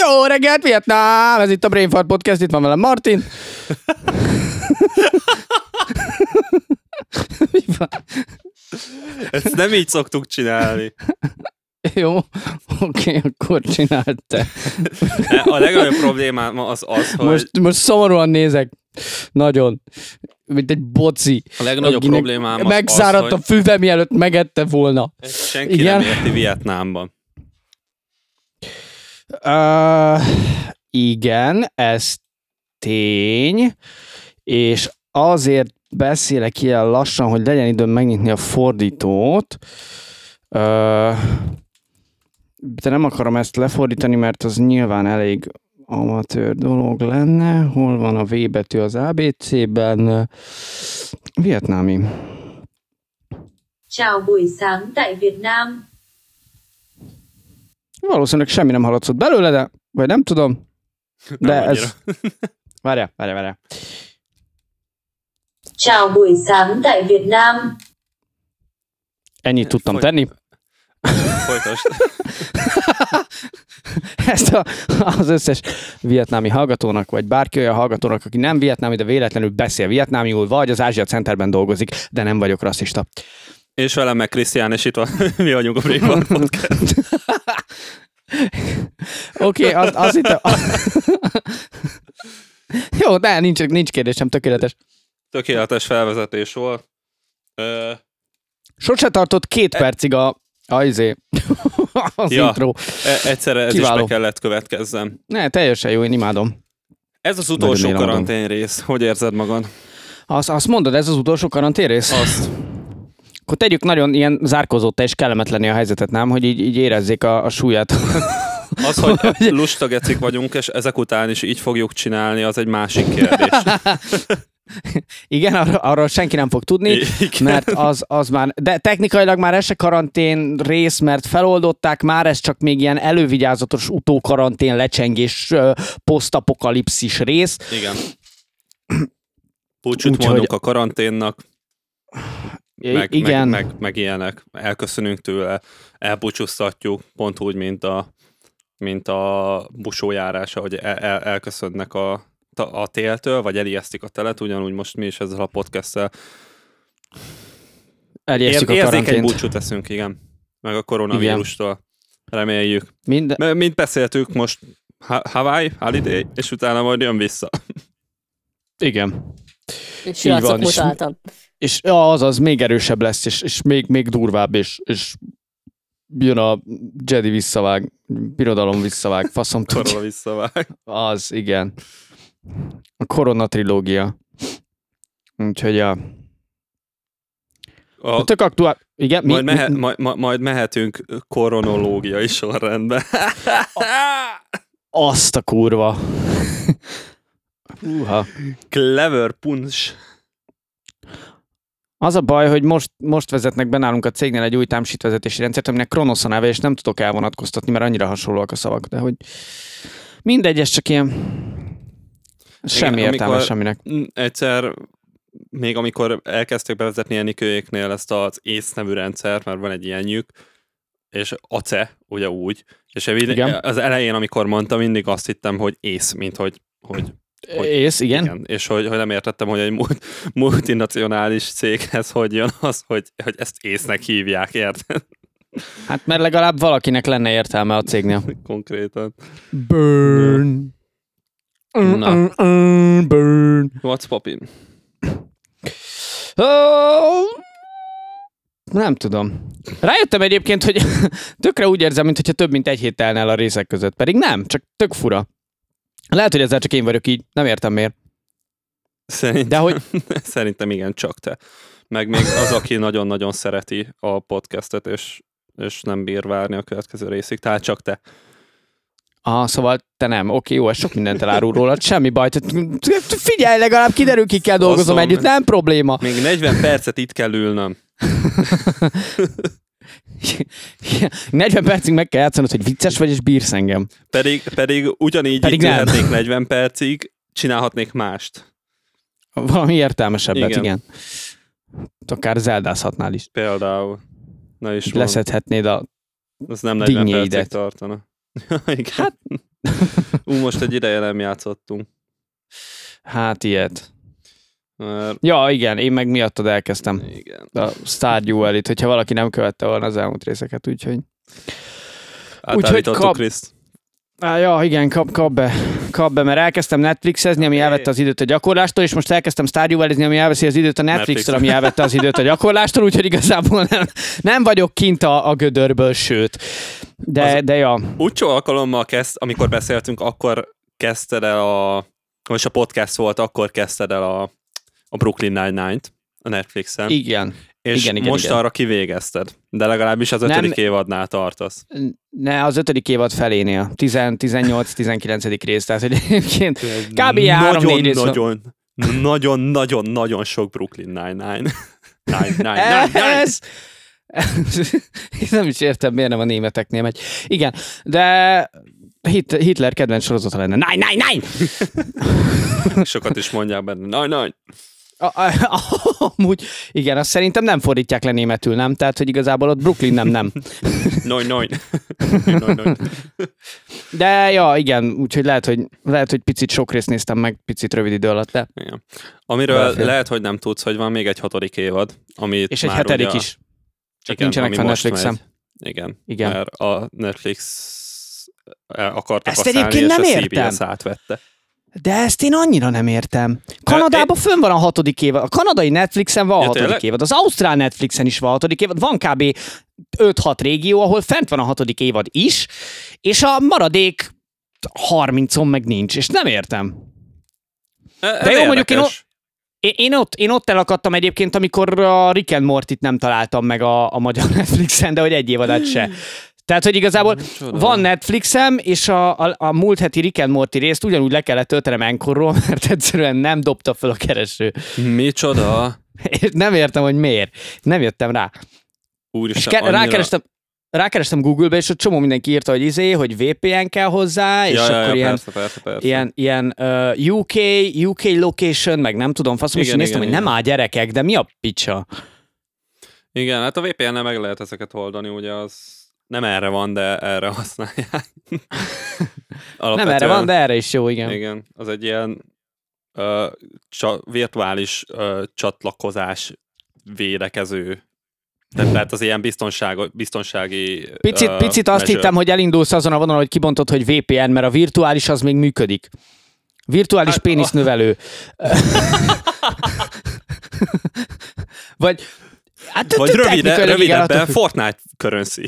Jó reggelt, Vietnám! Ez itt a Brain Fart Podcast, itt van velem Martin. Mi van? Ezt nem így szoktuk csinálni. Jó, oké, akkor csináld te. A legnagyobb problémám az az, hogy Most... Most, most szomorúan nézek. Nagyon. Mint egy boci. a legnagyobb akinek problémám az Megszáradt az, a hogy füve, mielőtt megette volna. ezt senki Igen. nem érti Vietnámban. Uh, igen, ez tény, és azért beszélek ilyen lassan, hogy legyen időm megnyitni a fordítót. Uh, de nem akarom ezt lefordítani, mert az nyilván elég amatőr dolog lenne. Hol van a V betű az ABC-ben? Vietnámi. Chào buổi sáng tại Việt Nam. Valószínűleg semmi nem haladszott belőle, de vagy nem tudom. De Nem ez... annyira. Várjál, várjál, várjál. Chào buổi sáng tại Việt Nam. Ennyit tudtam Fogy- tenni. Folytasd. ezt a, az összes vietnámi hallgatónak, vagy bárki olyan hallgatónak, aki nem vietnámi, de véletlenül beszél vietnámiul, vagy az Ázsia Centerben dolgozik, de nem vagyok rasszista. És velem meg Krisztián, és itt van, mi vagyunk a Brave Podcast. Oké, okay, az, az itt... A... Jó, de nincs, nincs kérdésem, tökéletes. Tökéletes felvezetés volt. Ö, Sose tartott két percig a... Ajzé. az ja. Ja. intro. e- egyszerre ez Kiváló. is Kiváló. be kellett következzem. Ne, teljesen jó, én imádom. Ez az Nagyon utolsó élem adom. karantén rész. Hogy érzed magad? Azt, azt mondod, ez az utolsó karantérész? Azt. Akkor tegyük nagyon ilyen zárkozóta és kellemetlené a helyzetet, nem? Hogy így, így érezzék a, a súlyát. Az, hogy lusta gecik vagyunk, és ezek után is így fogjuk csinálni, az egy másik kérdés. Igen, arra, arról senki nem fog tudni, Igen. mert az, az már, de technikailag már ez se karantén rész, mert feloldották, már ez csak még ilyen elővigyázatos utókarantén lecsengés ö, posztapokalipszis rész. Igen. Búcsút Úgyhogy- mondunk a karanténnak, I- meg, Igen, meg, meg, meg ilyenek. Elköszönünk tőle, elbúcsúztatjuk, pont úgy, mint a, mint a busójárása, hogy el, el, elköszönnek a, ta- a téltől, vagy elijesztik a telet, ugyanúgy most mi is ezzel a podcasttel. elérjük Ér, a érzékeny karantént. búcsút teszünk, igen. Meg a koronavírustól. Reméljük. Minden, M- mint beszéltük, most Ha- Hawaii, Holiday, és utána majd jön vissza. igen. van, Srácok, és- mutáltam. És ja, az az még erősebb lesz, és, és még, még durvább, és, és jön a Jedi visszavág, birodalom visszavág, faszom tudja. Korona visszavág. Az, igen. A korona trilógia. Úgyhogy a... A, Tök aktuál... Igen, mi, majd, mehe, mi, majd, majd mehetünk koronológiai sorrendbe. azt a kurva. Húha. Clever punch. Az a baj, hogy most, most vezetnek be nálunk a cégnél egy új támsítvezetési rendszert, aminek Kronosz a neve, és nem tudok elvonatkoztatni, mert annyira hasonlóak a szavak, de hogy mindegy, ez csak ilyen semmi Igen, értelme amikor- semminek. Mm, Egyszer, még amikor elkezdték bevezetni Enikőjéknél ezt az ész nevű rendszert, mert van egy ilyenjük, és ace, ugye úgy, és én mindig, Igen. az elején, amikor mondta, mindig azt hittem, hogy ész, mint hogy, hogy Hogy- Ész, igen? igen. és hogy, hogy nem értettem, hogy egy mult, multinacionális céghez hogy jön az, hogy, hogy ezt észnek hívják, érted? Hát mert legalább valakinek lenne értelme a cégnél. Konkrétan. Burn. Na. Na. Burn. What's poppin? Ó, Oh. Nem tudom. Rájöttem egyébként, hogy tökre úgy érzem, mintha több mint egy hét telne el a részek között. Pedig nem, csak tök fura. Lehet, hogy ezzel csak én vagyok így, nem értem miért. Szerint, De hogy Szerintem igen, csak te. Meg még az, aki nagyon-nagyon szereti a podcastet, és, és nem bír várni a következő részig, tehát csak te. Aha, szóval te nem. Oké, jó, ez sok mindent elárul rólad, semmi baj. Tehát Figyelj, legalább kiderül, kikkel dolgozom Faszom. együtt, nem probléma. Még 40 percet itt kell ülnöm. 40 percig meg kell játszanod, hogy vicces vagy, és bírsz engem. Pedig, pedig ugyanígy Pedig pedig itt nem. ülhetnék 40 percig, csinálhatnék mást. Valami értelmesebbet, igen. Igen. igen. Akár zeldázhatnál is. Például. Na is Leszedhetnéd a... Ez nem 40 percig dinnyéidet. tartana. Igen. Hát. Ú, most egy ideje nem játszottunk. Hát ilyet. Mert Ja, igen, én meg miattad elkezdtem igen. a Stardew elit, hogyha valaki nem követte volna az elmúlt részeket, úgyhogy... Átállítottuk kap- kap... Kriszt. Á, ja, igen, kap, kap be, kap be, mert elkezdtem Netflixezni, ami elvette az időt a gyakorlástól, és most elkezdtem Stardew Valley-zni, ami elveszi az időt a Netflixtől, ami Netflix. elvette az időt a gyakorlástól, úgyhogy igazából nem, nem vagyok kint a, a gödörből, sőt. De, Az- de ja, Utcsó alkalommal kezd, amikor beszéltünk, akkor kezdted el a, most a podcast volt, akkor kezdted el a, a Brooklyn Nine-Nine-t a Netflixen. igen. és igen, igen, most igen. arra kivégezted. De legalábbis az Nem. ötödik évadnál tartasz. Ne, az ötödik évad felénél, 18-19. rész, tehát hogy egyébként kb. három-négy rész van. Nagyon, nagyon, nagyon, nagyon sok Brooklyn Nine-Nine. Nine-Nine. Nine-Nine. Ez... Én nem is értem, miért nem a németeknél megy. Igen, de Hit- Hitler kedvenc sorozata lenne. Nine, nine, nine! Sokat is mondják benne. Nine-Nine. A- a- Amúgy, igen, azt szerintem nem fordítják le németül, nem? Tehát, hogy igazából ott Brooklyn nem, nem. Nine-Nine. Nine-Nine. De ja, igen, úgyhogy lehet, hogy, lehet, hogy picit sok részt néztem meg, picit rövid idő alatt, de. Igen. Amiről Belefér. lehet, hogy nem tudsz, hogy van még egy hatodik évad, amit És egy már hetedik ugye, is. Csak nincsenek ami fenn most Netflixen. megy. Igen, Igen. igen, mert a Netflix el akartak Ezt használni, egyébként és nem a értem. CBS átvette. De ezt én annyira nem értem. Kanadában fönn van a hatodik évad. A kanadai Netflixen van a Ja, hatodik tényleg? évad. Az ausztrál Netflixen is van a hatodik évad. Van kb. 5-6 régió, ahol fent van a hatodik évad is, és a maradék 30-on meg nincs, és nem értem. De jó, mondjuk én o- Én, én, ott, én ott elakadtam egyébként, amikor a Rick and Mortit nem találtam meg a, a magyar Netflixen, de hogy egy évadát se. Tehát, hogy igazából Micsoda. van Netflixem, és a, a, a múlt heti Rick and Morty részt ugyanúgy le kellett töltenem enkorról, mert egyszerűen nem dobta fel a kereső. Micsoda? És nem értem, hogy miért. Nem jöttem rá. És Úristen, ke- annyira... rákerestem, rákerestem Google-be, és ott csomó mindenki írta, hogy izé, hogy VPN kell hozzá, és ja, ja, akkor ja, ilyen persze, persze, persze. ilyen, ilyen uh, UK, UK location, meg nem tudom, faszom, és Igen, néztem, igen, hogy nem igen. áll gyerekek, de mi a picsa? Igen, hát a VPN-nel meg lehet ezeket oldani, ugye az nem erre van, de erre használják. Nem erre van, de erre is jó, igen. Igen, az egy ilyen ö, csa, virtuális ö, csatlakozás védekező. Tehát, tehát az ilyen biztonságo, biztonsági... Picit, ö, picit azt measure. hittem, hogy elindulsz azon a vonalon, hogy kibontod, hogy VPN, mert a virtuális az még működik. Virtuális Hát, pénisznövelő. Vagy Hát, Vagy technikailag rövide, igen, rövidebben attól függ. Fortnite currency.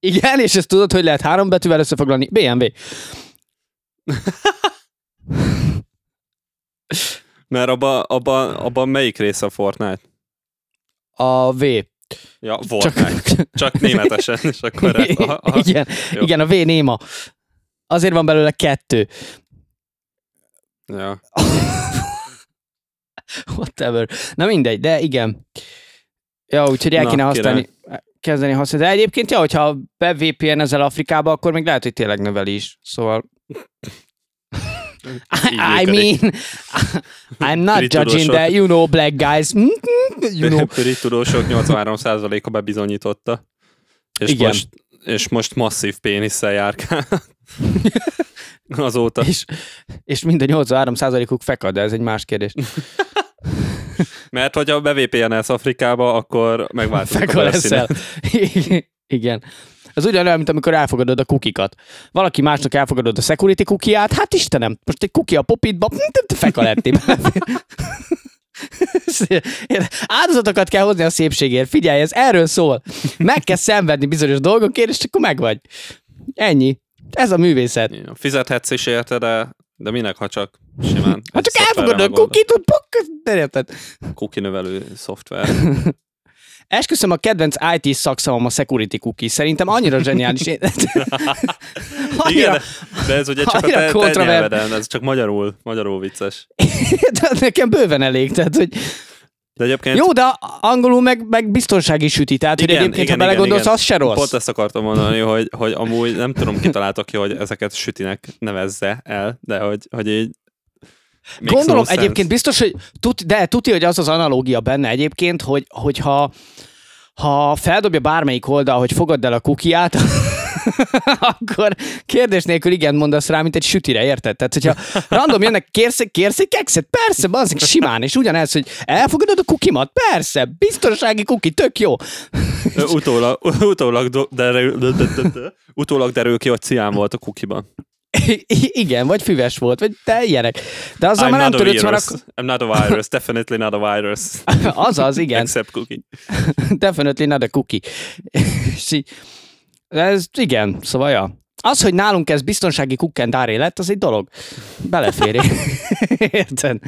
Igen, és ezt tudod, hogy lehet három betűvel összefoglalni. BMW. Mert abban abba, abba melyik része a Fortnite? A V. Ja, Fortnite. Csak, Csak németesen, és akkor... Ez, aha, aha. igen, Jó. igen, a V néma. Azért van belőle kettő. Ja. Whatever. Na mindegy, de igen. Ja, úgyhogy el Na, kéne használni, kezdeni használni. De egyébként, ja, hogyha be VPN ezzel Afrikába, akkor még lehet, hogy tényleg növeli is. Szóval... I, I működik. mean, I'm not Brit judging, de you know black guys. Mm, mm, You know. Brit tudósok 83%-a bebizonyította. És, Igen. Most, és most masszív pénisszel járkál. Azóta És, és mind a 83%-uk fekad, de ez egy más kérdés. Mert hogyha bevpn Afrikába, akkor megváltozik Fekal a leszel. leszel. Igen. Ez ugyanolyan, mint amikor elfogadod a kukikat. Valaki másnak elfogadod a security kukiát, hát Istenem, most egy kuki a popitba, hm, feka lettél. Áldozatokat kell hozni a szépségért, figyelj, ez erről szól. Meg kell szenvedni bizonyos dolgokért, és akkor megvagy. Ennyi. Ez a művészet. Fizethetsz is érte, de, de minek, ha csak simán. Ha egy Hát csak szoftverre elfogadod a megoldod. kukit, ott pok, de érted? Cookie növelő szoftver. Esküszöm, a kedvenc IT szakszavam a security cookie. Szerintem annyira zseniális. Én... Igen, de, de, ez ugye csak a annyira te, te kontraver- nyelveden, ez csak magyarul, magyarul vicces. De az nekem bőven elég, tehát hogy De egyébként jó, de angolul meg, meg biztonsági süti, tehát igen, hogy egyébként, igen, ha belegondolsz, igen. az se rossz. Pont ezt akartam mondani, hogy, hogy amúgy nem tudom, ki találta ki, hogy ezeket sütinek nevezze el, de hogy, hogy így makes Gondolom no sense. egyébként biztos, hogy tud, de tudja, hogy az az analógia benne egyébként, hogy, hogyha ha feldobja bármelyik oldal, hogy fogadd el a kukiát, akkor kérdés nélkül igen mondasz rá, mint egy sütire, érted? Tehát, hogyha random jönnek, kérsz, egy- kérsz egy kekszet? Persze, banzik, simán, és ugyanez, hogy elfogadod a kukimat? Persze, biztonsági kuki, tök jó. Ö, Utólag, utólag, do- derül, de, de, de, de, utólag derül ki, hogy cián volt a kukiban. Szóval I- igen, vagy füves volt, vagy te ilyenek. De azzal már nem szóval a törődsz, mert virus. akkor... I'm not a virus. Definitely not a virus. Azaz, igen. Except cookie. Definitely not a cookie. És így- De ez igen, szóval ja. Az, hogy nálunk ez biztonsági kukkendáré lett, az egy dolog. Belefér. Érted?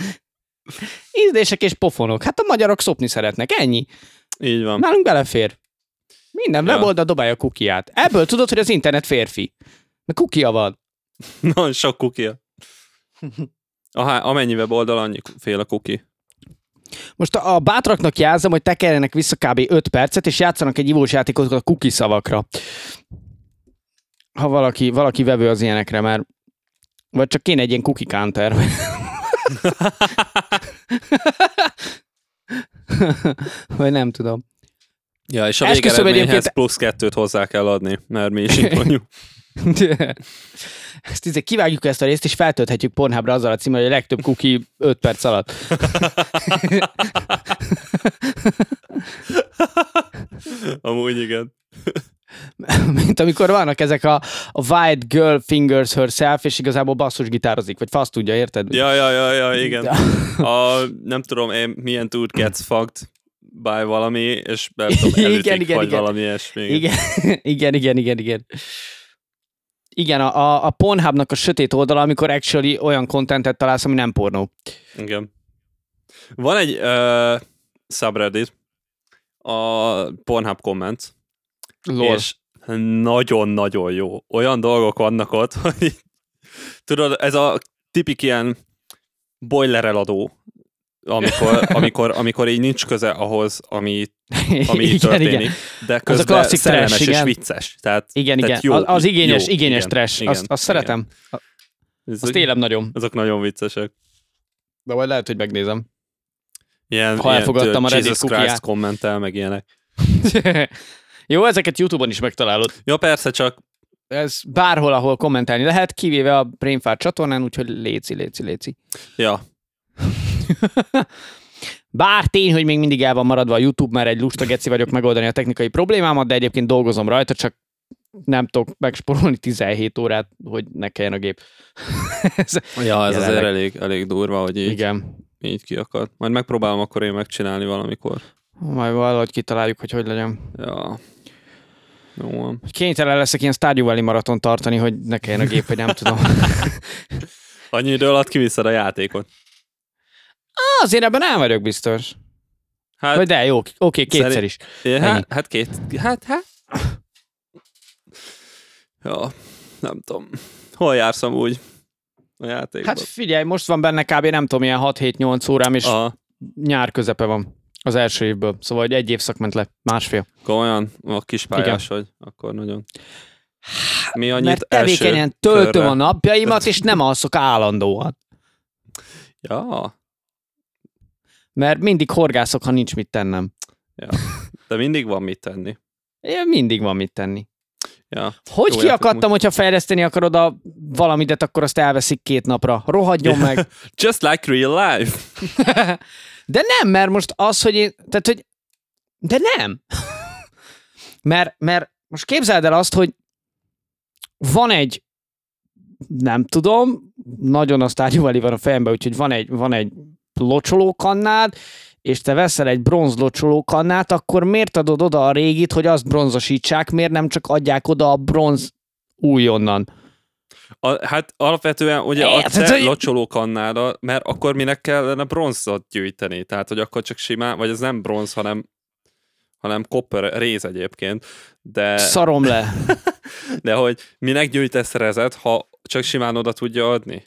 Ízlések és pofonok. Hát a magyarok szopni szeretnek, ennyi. Így van. Nálunk belefér. Minden Ja. ja. weboldal dobálja a kukiát. Ebből tudod, hogy az internet férfi. Mert kukia van. Nagyon sok kukia. Aha, amennyi weboldal, annyi fél a kuki. Most a, a bátraknak jelzem, hogy tekerjenek vissza kb. 5 percet, és játszanak egy ivós játékot a kuki szavakra. Ha valaki, valaki vevő az ilyenekre, mert vagy csak kéne egy ilyen cookie counter. vagy nem tudom. Ja, és a Esküszöm végeredményhez egyébként- plusz kettőt hozzá kell adni, mert mi is itt vagyunk. Ezt izé, kivágjuk ezt a részt, és feltölthetjük Pornhubra azzal a címmel, hogy a legtöbb kuki 5 perc alatt. Amúgy igen. mint amikor vannak ezek a, a White Girl Fingers Herself, és igazából basszusgitározik, vagy fasz tudja, érted? Ja, ja, ja, ja, igen. De- A, nem tudom én, milyen dude gets fucked by valami, és nem tudom, Igen, elütik, igen, vagy igen. valami ilyesmi. Igen, igen, igen, igen, igen. Igen, a, a, a Pornhubnak a sötét oldala, amikor actually olyan kontentet találsz, ami nem pornó. Igen. Van egy uh, subreddit, a Pornhub Comments, Lol. és nagyon-nagyon jó. Olyan dolgok vannak ott, hogy így- tudod, ez a tipik ilyen boiler eladó, amikor, amikor, amikor így nincs köze ahhoz, ami, ami igen, történik, igen. de a közben klasszik szerelmes trash, és igen. vicces. Tehát, Igen, tehát igen. Jó, az, az igényes, jó, igényes igen, trash. igen, azt, azt igen. Szóval- szeretem. Azt Ezek, élem nagyon. azok nagyon viccesek. De majd lehet, hogy megnézem. Ilyen, Ha ilyen elfogadtam tőle, a Reddit Jesus Christ kukiát. kommentel, meg ilyenek. Jó, ezeket YouTube-on is megtalálod. Ja, persze, csak Ez bárhol, ahol kommentálni lehet, kivéve a Brainfart csatornán, úgyhogy léci, léci, léci. Ja, Bár tény, hogy még mindig el van maradva a YouTube, mert egy lusta geci vagyok megoldani a technikai problémámat, de egyébként dolgozom rajta, csak nem tudok megsporolni 17 órát, hogy ne kelljen a gép. Ez, ja ez Jelenleg. azért elég, elég durva, hogy így, igen. így kiakad. Majd megpróbálom akkor én megcsinálni valamikor. Majd valahogy kitaláljuk, hogy hogy legyen. Ja. Jó van. Kénytelen leszek ilyen Stardew Valley maraton tartani, hogy ne kelljen a gép, vagy nem tudom. Annyi idő alatt kiviszed a játékot. Azért ebben nem vagyok biztos. Hát, Vagy de jó, oké, kétszer Szerint- is. én, ennyi. hát, hát két, hát, hát. Ja, nem tudom. Hol jársz amúgy a játékban? Hát figyelj, most van benne kb. nem tudom, ilyen 6-7-8 órám, és a, nyár közepe van az első évből. Szóval hogy egy évszak ment le, másfél. komolyan, a kis pályás vagy, akkor nagyon. Mi annyit Hát, Mert első tevékenyen töltöm körre? a napjaimat, és nem alszok állandóan. Ja, Mert mindig horgászok, ha nincs mit tennem. de mindig van mit tenni. Én mindig van mit tenni. Ja. Hogy Jó, játék kiakadtam, hogyha fejleszteni akarod a valamidet, akkor azt elveszik két napra. Rohadjon meg. Just like real life. De nem, mert most az, hogy én... Tehát, hogy... De nem. Mert, mert most képzeld el azt, hogy van egy nem tudom, nagyon azt ágyúvali van a fejemben, úgyhogy van egy, van egy locsolókannád, és te veszel egy bronz locsolókannát, akkor miért adod oda a régit, hogy azt bronzosítsák, miért nem csak adják oda a bronz újonnan? A, hát alapvetően ugye a É, tehát, te hogy- locsolókannára, mert akkor minek kellene bronzot gyűjteni, tehát hogy akkor csak simán, vagy ez nem bronz, hanem hanem copper réz egyébként, de, Szarom le. de hogy minek gyűjtesz rezet, ha csak simán oda tudja adni?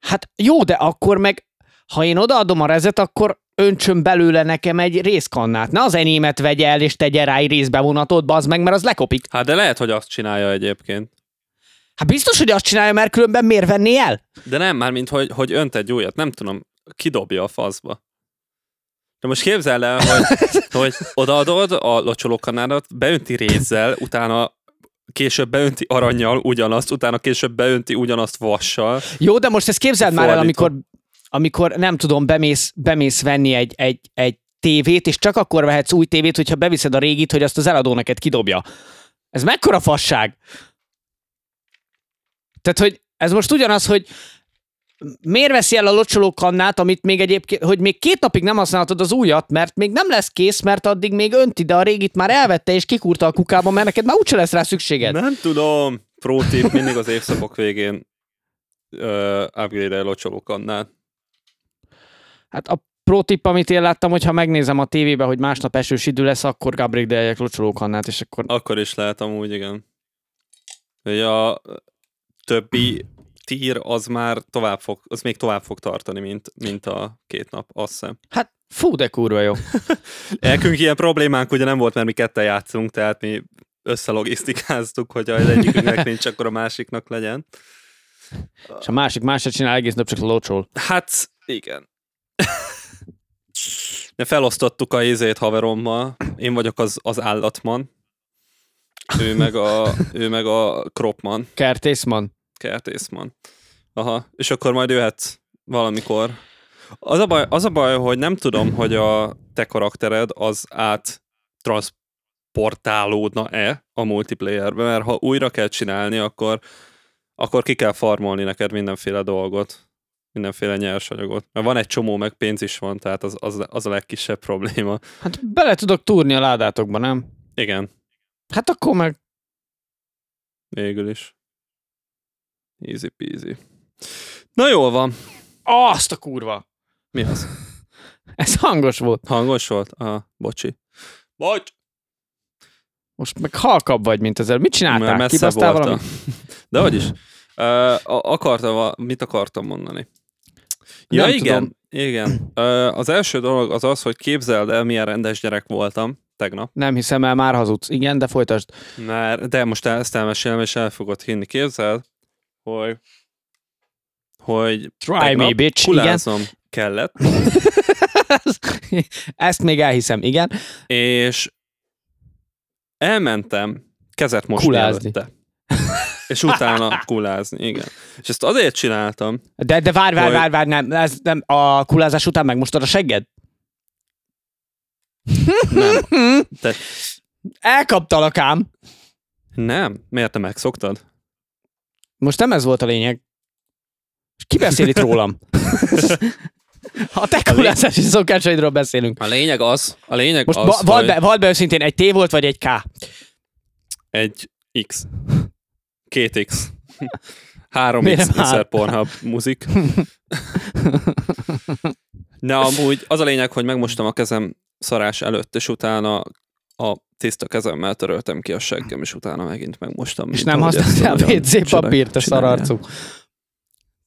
Hát jó, de akkor meg, ha én odaadom a rezet, akkor öntsön belőle nekem egy részkannát. Na az enyémet vegye el, és tegye rá egy részbevonatot, bazd meg, mert az lekopik. Hát de lehet, hogy azt csinálja egyébként. Hát biztos, hogy azt csinálja, mert különben miért venné el? De nem, már mint hogy, hogy önt egy újat, nem tudom, kidobja a faszba. De most képzeld el, hogy, hogy odaadod a locsolókanálat, beönti rézzel, utána később beönti aranyjal ugyanazt, utána később beönti ugyanazt vassal. Jó, de most ezt képzeld már el, Fordítva. amikor, amikor nem tudom, bemész, bemész venni egy, egy, egy tévét, és csak akkor vehetsz új tévét, hogyha beviszed a régit, hogy azt az eladó neked kidobja. Ez mekkora fasság? Tehát, hogy ez most ugyanaz, hogy miért veszi el a locsolókannát, amit még egyébként, hogy még két napig nem használhatod az újat, mert még nem lesz kész, mert addig még önti, de a régit már elvette és kikúrta a kukába, mert neked már úgyse lesz rá szükséged. Nem tudom. Pro tip, mindig az évszakok végén ö, upgrade-el locsolókannát. Hát a pro tip, amit én láttam, hogy ha megnézem a tévébe, hogy másnap esős idő lesz, akkor Gabriel Deljek locsolók Hannát, és akkor... Akkor is lehet amúgy, igen. Hogy a többi tír az már tovább fog, az még tovább fog tartani, mint, mint a két nap, azt hiszem. Hát fú, de kurva jó. Elkünk ilyen problémánk ugye nem volt, mert mi ketten játszunk, tehát mi összelogisztikáztuk, hogy ha az egyikünknek nincs, akkor a másiknak legyen. és a másik másra csinál, egész nap csak locsol. Hát, igen. De felosztottuk a izét haverommal. Én vagyok az, az állatman. Ő meg a, ő meg a kropman, Kertészman. kertészman. Aha, és akkor majd jöhetsz valamikor. Az a, baj, az a baj, hogy nem tudom, hogy a te karaktered az át transportálódna-e a multiplayerbe, mert ha újra kell csinálni, akkor, akkor ki kell farmolni neked mindenféle dolgot, mindenféle nyersanyagot. Mert van egy csomó, meg pénz is van, tehát az, az, az a legkisebb probléma. Hát bele tudok túrni a ládátokba, nem? Igen, Hát akkor meg... végül is. Easy peasy. Na jól van. Azt a kurva! Mi az? Ez hangos volt. Hangos volt? Aha, bocsi. Bocs! Most meg halkabb vagy, mint ezzel. Mit csináltál? Mert messze Kibasztál voltam. valamit? De hogy is. Ö, a- akartam, a- mit akartam mondani? Ja, Nem igen. tudom. Igen. Ö, az első dolog az az, hogy képzeld el, milyen rendes gyerek voltam tegnap. Nem hiszem el, már hazudsz. Igen, de folytasd. Mert, de most el- ezt elmesélem, és el fogod hinni. Képzeld, hogy hogy Try me, bitch. Igen. kulázom kellett, Ezt még elhiszem, igen. és elmentem kezet mosni Kulázni. előtte. És utána kulázni, igen. És ezt azért csináltam, De, de várj, várj, Hogy- várj, várj, nem, ez nem, a kulázás után megmostad a segged? nem, te, Elkaptalak ám. Nem? Miért te megszoktad? Most nem ez volt a lényeg. És Ki beszél itt rólam? A te kulázási szokásaidról beszélünk. A lényeg az, a lényeg Most az, ba- vald, hogy be, vald be őszintén, egy T volt, vagy egy K? egy X, két X, három Miért X, nem Mr. három? Pornhub muzik. De amúgy az a lényeg, hogy megmostam a kezem szarás előtt, és utána a tiszta kezemmel töröltem ki a seggem, és utána megint megmostam. És mint nem ahogy ezt használtál nagyon WC papírt, a csinálják. szararcú.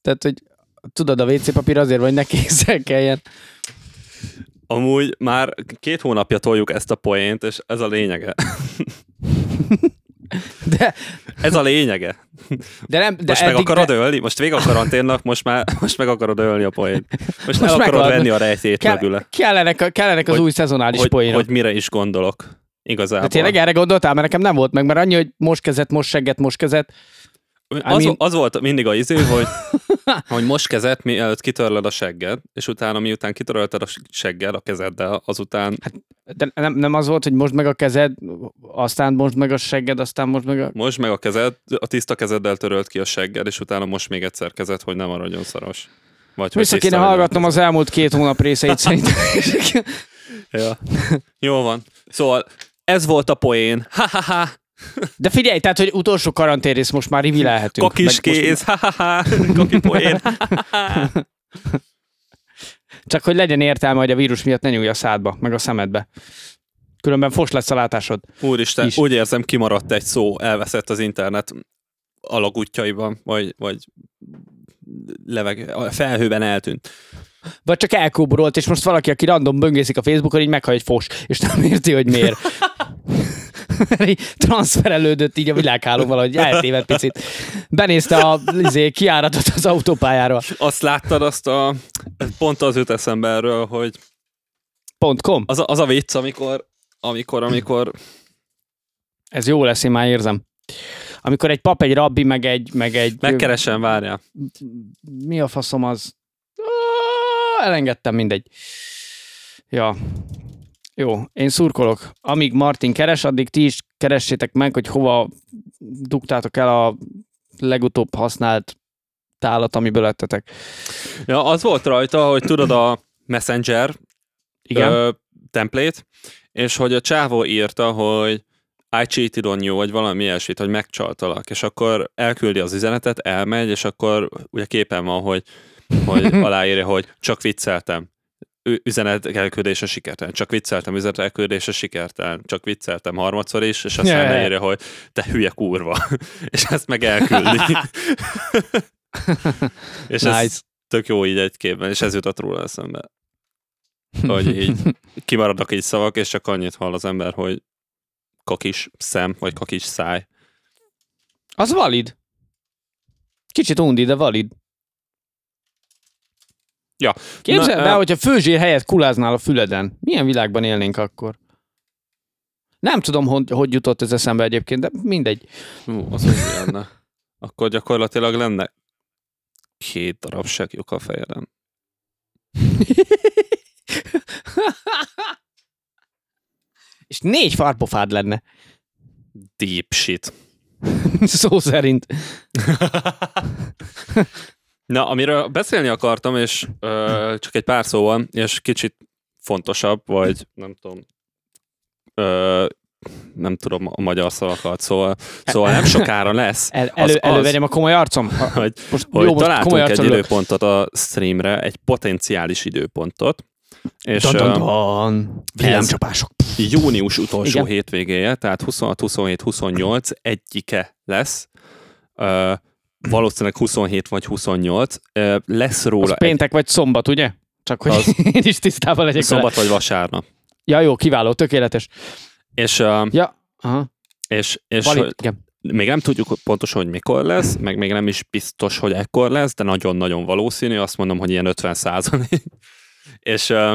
Tehát, hogy tudod, a WC papír azért, hogy ne kézzel kelljen. Amúgy már két hónapja toljuk ezt a poént, és ez a lényege. De, Ez a lényege. de nem, de De most meg eddig, akarod de, ölni? Most vége a karanténnak, most már most meg akarod ölni a poént. Most, most el meg akarod akarod. venni a rejtét kell, mögüle. kell, kellenek, a- kellenek az Hogy- új szezonális Hogy, Hát poénok. hogy mire is gondolok. Igazából. De tényleg erre gondoltál, mert nekem nem volt meg, mert annyi, hogy most kezet, most segget, most kezet. az, mean- az, volt mindig a izé, hogy, hogy most kezed, mielőtt kitörlöd a segged, és utána miután kitörölted a segged a kezeddel, azután Hát- De nem, nem az volt, hogy most meg a kezed, aztán most meg a segged, aztán most meg a... most meg a kezed, a tiszta kezeddel törölt ki a segged, és utána most még egyszer kezed, hogy nem maradjon szaros. Vagy, hogy Vissza kéne tiszta legyen. hallgatnom az elmúlt két hónap részeit szerintem. Ja. Jó van. Szóval ez volt a poén. Ha-ha-ha. De figyelj, tehát, hogy utolsó karantérész most már rivilelhetünk. Kakis Meg most- kéz, ha-ha-ha, kaki poén. Csak hogy legyen értelme, hogy a vírus miatt ne nyúlj a szádba, meg a szemedbe. Különben fos lesz a látásod. Úristen, Is. is. úgy érzem, kimaradt egy szó, elveszett az internet alagútjaiban, vagy, vagy leveg, a felhőben eltűnt. Vagy csak elkóborolt, és most valaki, aki random böngészik a Facebookon, így meghal egy fos, és nem érti, hogy miért. Így transferelődött így a világháló valahogy, eltévedt picit. Benézte a izé, kiáratot az autópályára. Azt láttad azt a, pont az jut eszembe erről, hogy .com. Az a, az a vicc, amikor, amikor, amikor Ez jó lesz, én már érzem. Amikor egy pap, egy rabbi, meg egy... Meg egy megkeresem, várjál. Mi a faszom az? Á, Elengedtem, mindegy. Ja. Jó, én szurkolok. Amíg Martin keres, addig ti is keressétek meg, hogy hova dugtátok el a legutóbb használt tálat, amiből lettetek. Ja, az volt rajta, hogy tudod a Messenger Igen? Ö, template, és hogy a csávó írta, hogy I cheated on you, vagy valami ilyesmit, hogy megcsaltalak, és akkor elküldi az üzenetet, elmegy, és akkor ugye képen van, hogy, hogy aláírja, hogy csak vicceltem. Ü- Üzenet elküldése sikertelen, csak vicceltem, üzenet elküldése sikertelen, csak vicceltem harmadszor is, és aztán Yeah. yeah. leírja, hogy te hülye kurva, és ezt meg elküldi. és nice. ez Nice. tök jó így egy képben, és ez jutott róla eszembe hogy így kimaradnak így szavak, és csak annyit hall az ember, hogy kakis szem, vagy kakis száj. Az valid. Kicsit undi, de valid. Ja. Képzeld Na, el, ö- hogyha főzsér helyett kuláznál a füleden. Milyen világban élnénk akkor? Nem tudom, hogy, hogy jutott ez eszembe egyébként, de mindegy. Hú, az úgy lenne. Akkor gyakorlatilag lenne két darab segjuk a fejedem. És négy farpofád lenne, Deep shit. szó szerint. Na, amiről beszélni akartam, és ö, csak egy pár szóval, és kicsit fontosabb, vagy nem tudom, ö, nem tudom a magyar szavakat, szóval, szóval nem sokára lesz. El, elő, az- előverjem a komoly arcom. A- Hogy- most, hogy jó, most komoly találtunk egy arcom lök. időpontot a streamre, egy potenciális időpontot, és Dan, dan, ö, dan. Villámcsapások. június utolsó Igen. Igen. hétvégéje, tehát 26-27-28 egyike lesz, ö, valószínűleg 27 vagy 28, ö, lesz róla Az péntek vagy szombat, ugye? Csak hogy Az- én is tisztában legyek egy szombat. szombat vagy vasárnap. Vele. Ja, jó, kiváló, tökéletes. És, ö, Ja, aha, és, és valid, hogy igen. még nem tudjuk hogy pontosan, hogy mikor lesz, meg még nem is biztos, hogy ekkor lesz, de nagyon-nagyon valószínű, azt mondom, hogy ilyen 50 százalék. És ö,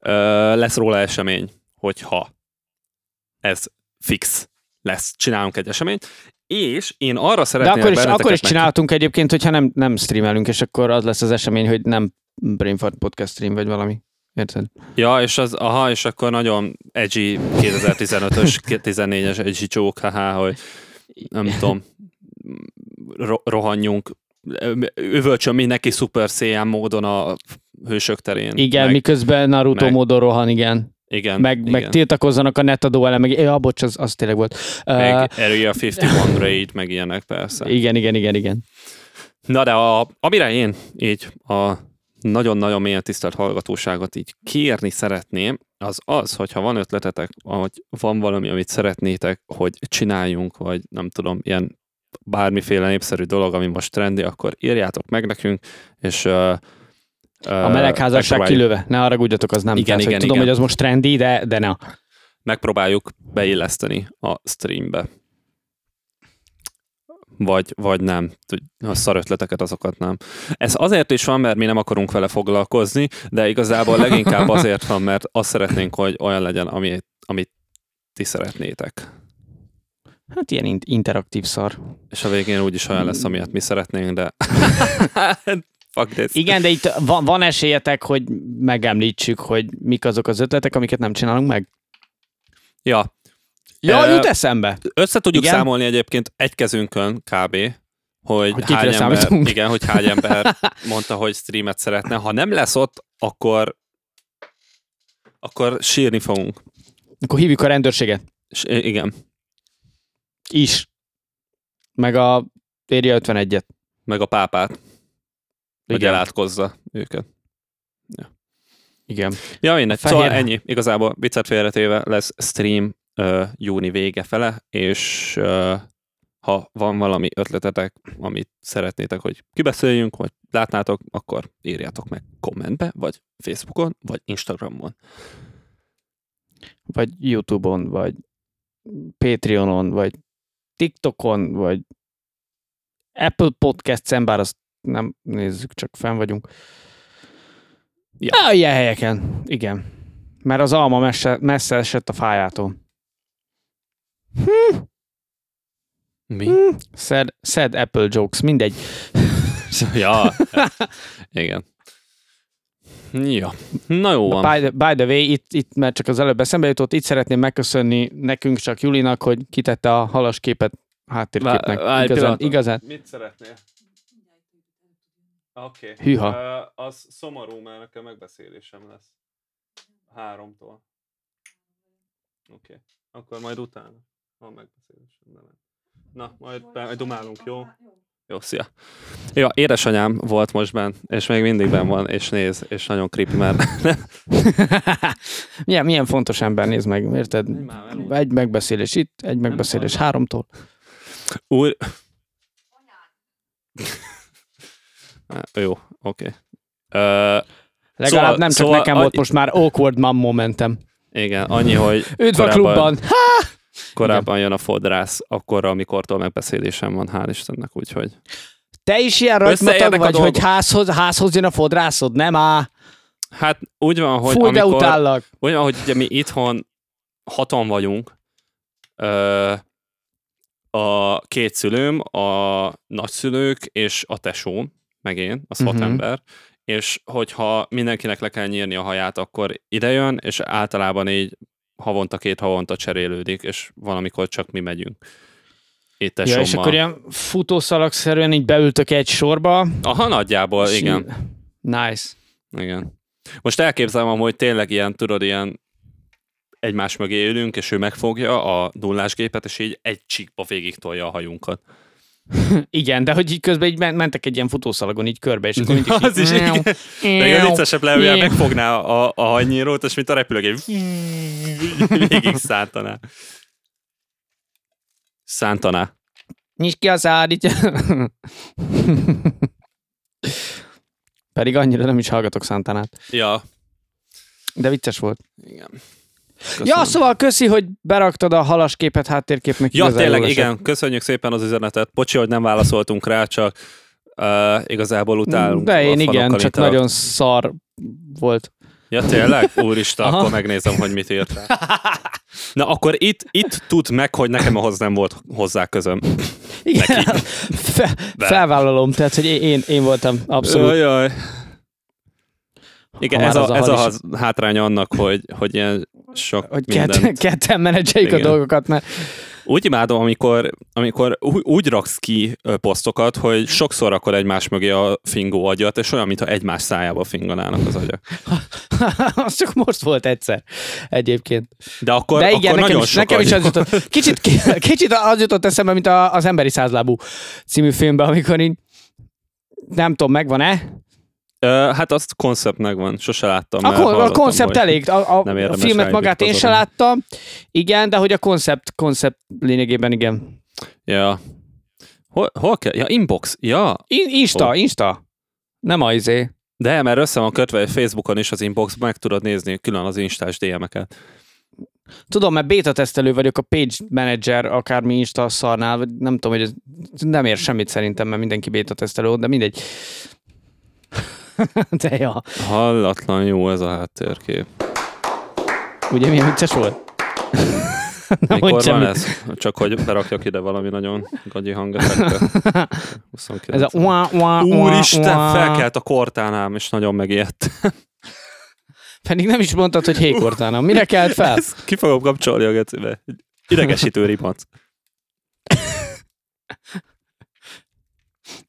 ö, lesz róla esemény, hogyha ez fix lesz, csinálunk egy eseményt, és én arra De szeretném akkor is, benneteket akkor is meg- csináltunk egyébként, hogyha nem, nem streamelünk, és akkor az lesz az esemény, hogy nem Brainfart Podcast stream, vagy valami. Érted? Ja, és az, aha, és akkor nagyon edgy 2015-ös, 14-es edgy joke, haha, hogy nem tudom, ro- rohanjunk, üvölcsön mindenki szuper CM módon a hősök terén. Igen, meg, meg, miközben Naruto meg- módon rohan, igen. igen, Meg, igen. meg tiltakozzanak a netadó ellen, meg, ja, bocs, az, az tényleg volt. meg Meg, Area 51 raid, meg ilyenek persze. uh, igen, igen, igen, igen. Na de a, amire én így a nagyon-nagyon mélyen tisztelt hallgatóságot így kérni szeretném, az az, hogyha van ötletetek, vagy van valami, amit szeretnétek, hogy csináljunk, vagy nem tudom, ilyen bármiféle népszerű dolog, ami most trendi, akkor írjátok meg nekünk, és uh, A melegházasság kilőve. Ne haragudjatok, az nem. Igen, hogy igen, tudom, igen. hogy az most trendi, de, de ne. megpróbáljuk beilleszteni a streambe. Vagy, vagy nem. Tud- A szar ötleteket azokat nem. Ez azért is van, mert mi nem akarunk vele foglalkozni, de igazából leginkább azért van, mert azt szeretnénk, hogy olyan legyen, ami, amit ti szeretnétek. Hát ilyen in- interaktív szar. És a végén úgyis olyan lesz, amilyet mi szeretnénk, de... Fuck this. Igen, de itt van, van esélyetek, hogy megemlítsük, hogy mik azok az ötletek, amiket nem csinálunk meg. Ja. Ja, Ö, jut eszembe. Össze tudjuk Igen? Igen? számolni egyébként egy kezünkön kb. Hogy, Hogy hogy kikre hány ember, számítunk. igen, hogy hány ember mondta, hogy streamet szeretne. Ha nem lesz ott, akkor akkor sírni fogunk. Akkor hívjuk a rendőrséget. S- igen, Is. Meg a Éria 51-et. meg a pápát, hogy Igen. elátkozza őket. Igen. Ja, mindegy. Fehér- Szóval ennyi. Igazából viccet félretéve lesz stream ö, júni vége fele, és ö, ha van valami ötletetek, amit szeretnétek, hogy kibeszéljünk, vagy látnátok, akkor írjátok meg kommentbe, vagy Facebookon, vagy Instagramon. Vagy Youtube-on, vagy Patreonon, vagy TikTokon, vagy Apple Podcast-en, bár azt nem nézzük, csak fenn vagyunk. Ja. Ja. Ah, ilyen helyeken. Igen. mert az alma messze, messze esett a fájától. Mi? Sad, sad apple jokes, mindegy. ja. Igen. Ja. Na jó van. By the, by the way, itt, itt, mert csak az előbb eszembe jutott, itt szeretném megköszönni nekünk csak Julinak, hogy kitette a halas képet háttérképnek. Vá- várj, igazán, pillanat. igazán. Mit szeretnél? Oké. Okay. Hűha. az szomorú, mert nekem megbeszélésem lesz. Háromtól. Oké. Okay. Akkor majd utána. Van megbeszélésem, de nem. Na, majd, majd dumálunk, jó? Jó, szia. Ja, édesanyám volt most benn, és még mindig benn van, és néz, és nagyon creepy, mert milyen, milyen fontos ember, nézd meg, érted? már elolvastam. Egy megbeszélés itt, egy megbeszélés háromtól. Úr... Á, Jó, oké. Ö, Legalább Szóval- nem csak szóval nekem a- volt most már awkward mom momentem. igen, annyi, hogy Üdv a korábban- klubban! Korábban jön a fodrász, akkor, amikortól megbeszélésem van, hál' Istennek, úgyhogy. Te is ilyen Összeérnek rajtmatag a vagy, dolgok. hogy házhoz, házhoz jön a fodrászod, nem á? Hát úgy van, hogy Fú, de amikor, utállak. úgy van, hogy ugye mi itthon hatan vagyunk, ö, a két szülőm, a nagyszülők és a tesóm, meg én, az hat Mhm. ember, és hogyha mindenkinek le kell nyírni a haját, akkor idejön, és általában így havonta, két havonta cserélődik, és valamikor csak mi megyünk. Itt tesómmal. Ja, és akkor ilyen futószalagszerűen így beültök egy sorba. Aha, nagyjából, és igen. így- Nice. Igen. Most elképzelem amúgy tényleg ilyen, tudod, ilyen egymás mögé ülünk, és ő megfogja a nullásgépet, és így egy csíkba végig tolja a hajunkat. Igen, de hogy így közben így men- mentek egy ilyen futószalagon így körbe, és akkor mindig Az is igen. Még a viccesebb lenne, hogy Miau. megfogná a, a hajnyírót, és mint a repülőgép végig szántaná. Szántaná. Nyisd ki a szád, így. Pedig annyira nem is hallgatok Szántanát. Ja. De vicces volt. Igen. Köszönöm. Ja, szóval köszi, hogy beraktad a halas képet háttérképnek. Ja, igazán tényleg, jól esett. igen. Köszönjük szépen az üzenetet. Bocsi, hogy nem válaszoltunk rá, csak uh, igazából utálunk. a De én igen, falakkal csak interak- nagyon szar volt. Ja, tényleg? Úristen, Aha. akkor megnézem, hogy mit írt. Na, akkor itt, itt tudd meg, hogy nekem ahhoz nem volt hozzá közöm. Igen, Fe, felvállalom, tehát, hogy én- én, én voltam abszolút. Jaj. Igen, Ha ez már az a, a ez a hal is- haz- hátránya annak, hogy, hogy ilyen sok Hogy ketten, mindent. ketten menedzseljük a Igen. dolgokat, mert Úgy imádom, amikor, amikor ú- úgy raksz ki ö, posztokat, hogy sokszor rakod egymás mögé a fingó agyat, és olyan, mintha egymás szájába finganának az agyak. az csak most volt egyszer egyébként. De akkor, De igen, akkor nekem nagyon is, sok nekem is agy az van. jutott, kicsit, kicsit az jutott eszembe, mint a, az Emberi Százlábú című filmben, amikor így nem tudom, megvan-e? Ö, Hát azt konceptnek van, sose láttam. A, mert kon- a hallottam, koncept hogy- elég, a, a, nem a érdemes filmet rá magát én se vitatkozni. láttam, igen, de hogy a koncept, koncept lényegében igen. Ja. Hol, hol kell? Ja, inbox. Ja. In, insta, Ó. Insta. Nem a izé. De, mert össze van kötve egy Facebookon is az inbox, meg tudod nézni külön az instás DM-eket. Tudom, mert beta tesztelő vagyok, a page manager, akármi Insta szarnál, vagy nem tudom, hogy ez nem ér semmit szerintem, mert mindenki beta tesztelő, de mindegy. de ja, Hallatlan jó ez a háttérkép. ugye milyen vicces volt? nem Mikor mondj van semmit. ez? Csak hogy berakjak ide valami nagyon gagyi hangot. Ez a 29. uá, uá, uá, Úristen, uá. felkelt a kortánám, és nagyon megijedt. Pedig nem is mondtad, hogy hékortána. Mire kelt fel? Ezt ki fogom kapcsolni a gecibe. Egy Idegesítő ribanc.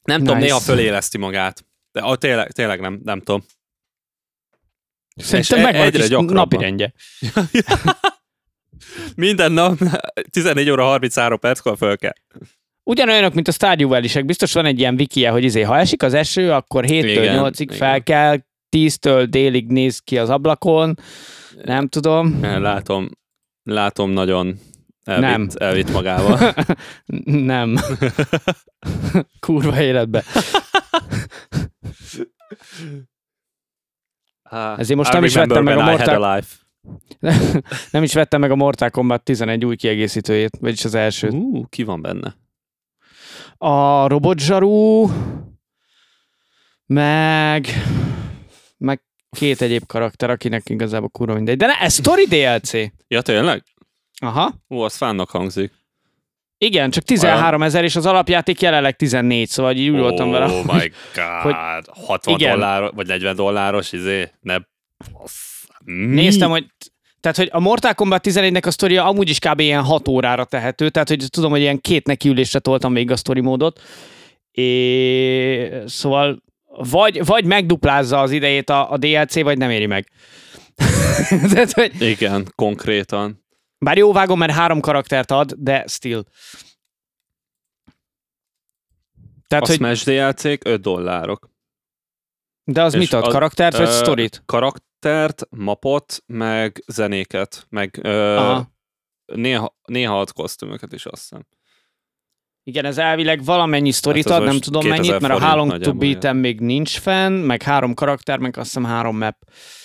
Nem tudom, Nice. néha föléleszti magát. De a, tényleg, tényleg nem, nem tudom. Szerintem e- megvan a egyre kis gyakrabban. napirendje. Minden nap 14 óra 33 perckor föl kell. Ugyanolyanok, mint a Stardew Valley-sek. Biztos van egy ilyen wikie, hogy izé, ha esik az eső, akkor 7-től Igen, 8-ig igen. fel kell, 10-től délig néz ki az ablakon. Nem tudom. Látom, látom nagyon elvitt, Nem. elvitt magával. Nem. Kurva életbe. Ezért most I nem is vettem remember meg Ah, a when I had Mortal- a life. Nem is vettem meg a Mortal Kombat 11 új kiegészítőjét, vagyis az elsőt. Ú, ki van benne? A robotzsarú, meg, meg két egyéb karakter, akinek igazából kurva mindegy. De ne, ez story DLC. Ja, tényleg? Aha. Ó, az fánnak hangzik. Igen, csak 13 ezer, és az alapjáték jelenleg 14, szóval így úgy voltam vele. Oh hogy- my god. hogy- 60 Igen. dollár, vagy 40 dolláros, izé, ne... Fasz. Mi? Néztem, hogy tehát, hogy a Mortal Kombat 11-nek a sztoria amúgy is kb. ilyen 6 órára tehető, tehát, hogy tudom, hogy ilyen két nekiülésre toltam végig a sztori módot. É, szóval vagy, vagy megduplázza az idejét a, a DLC, vagy nem éri meg. tehát, hogy, Hát, Igen, konkrétan. bár jó vágom, mert három karaktert ad, de still. Tehát, Hát, a hogy, Smash DLC-k 5 dollárok. de az és mit ad? az- Karaktert Hát, vagy Ö, sztorit? Karaktert, mapot, meg zenéket, meg ö, Aha. néha, néha ad kosztümöket is, azt hiszem. Igen, ez elvileg valamennyi sztorit Hát ez ad, nem most tudom 2000 mennyit, mert a forint Hálong to nagyjából, beat még nincs fenn, meg három karakter, meg azt hiszem három map.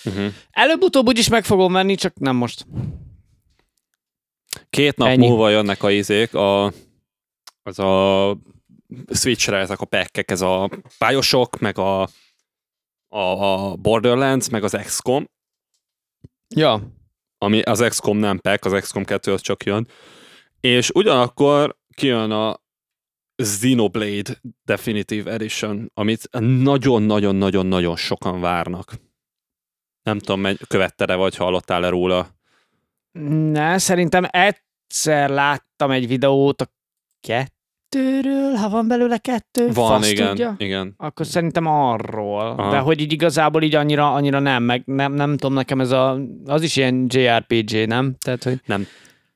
Uh-huh. Előbb-utóbb úgyis meg fogom venni, csak nem most. Két nap Ennyi. Ennyi. múlva jönnek a izék, a, az a Switchre ezek a packek, ez a Bioshock, meg a, a, a Borderlands, meg az XCOM, Ja. ami az XCOM nem pack, az XCOM 2 az csak jön. És ugyanakkor kijön a Xenoblade Definitive Edition, amit nagyon-nagyon-nagyon-nagyon sokan várnak. Nem tudom, megy- követted-e vagy hallottál-e róla. Ne, szerintem egyszer láttam egy videót a kettőről, ha van belőle kettő, Van, fasz igen, tudja. igen. Akkor szerintem arról. Aha. Aha. De hogy így igazából így annyira, annyira nem, meg nem, nem tudom, nekem ez a, az is ilyen JRPG, nem? Tehát, hogy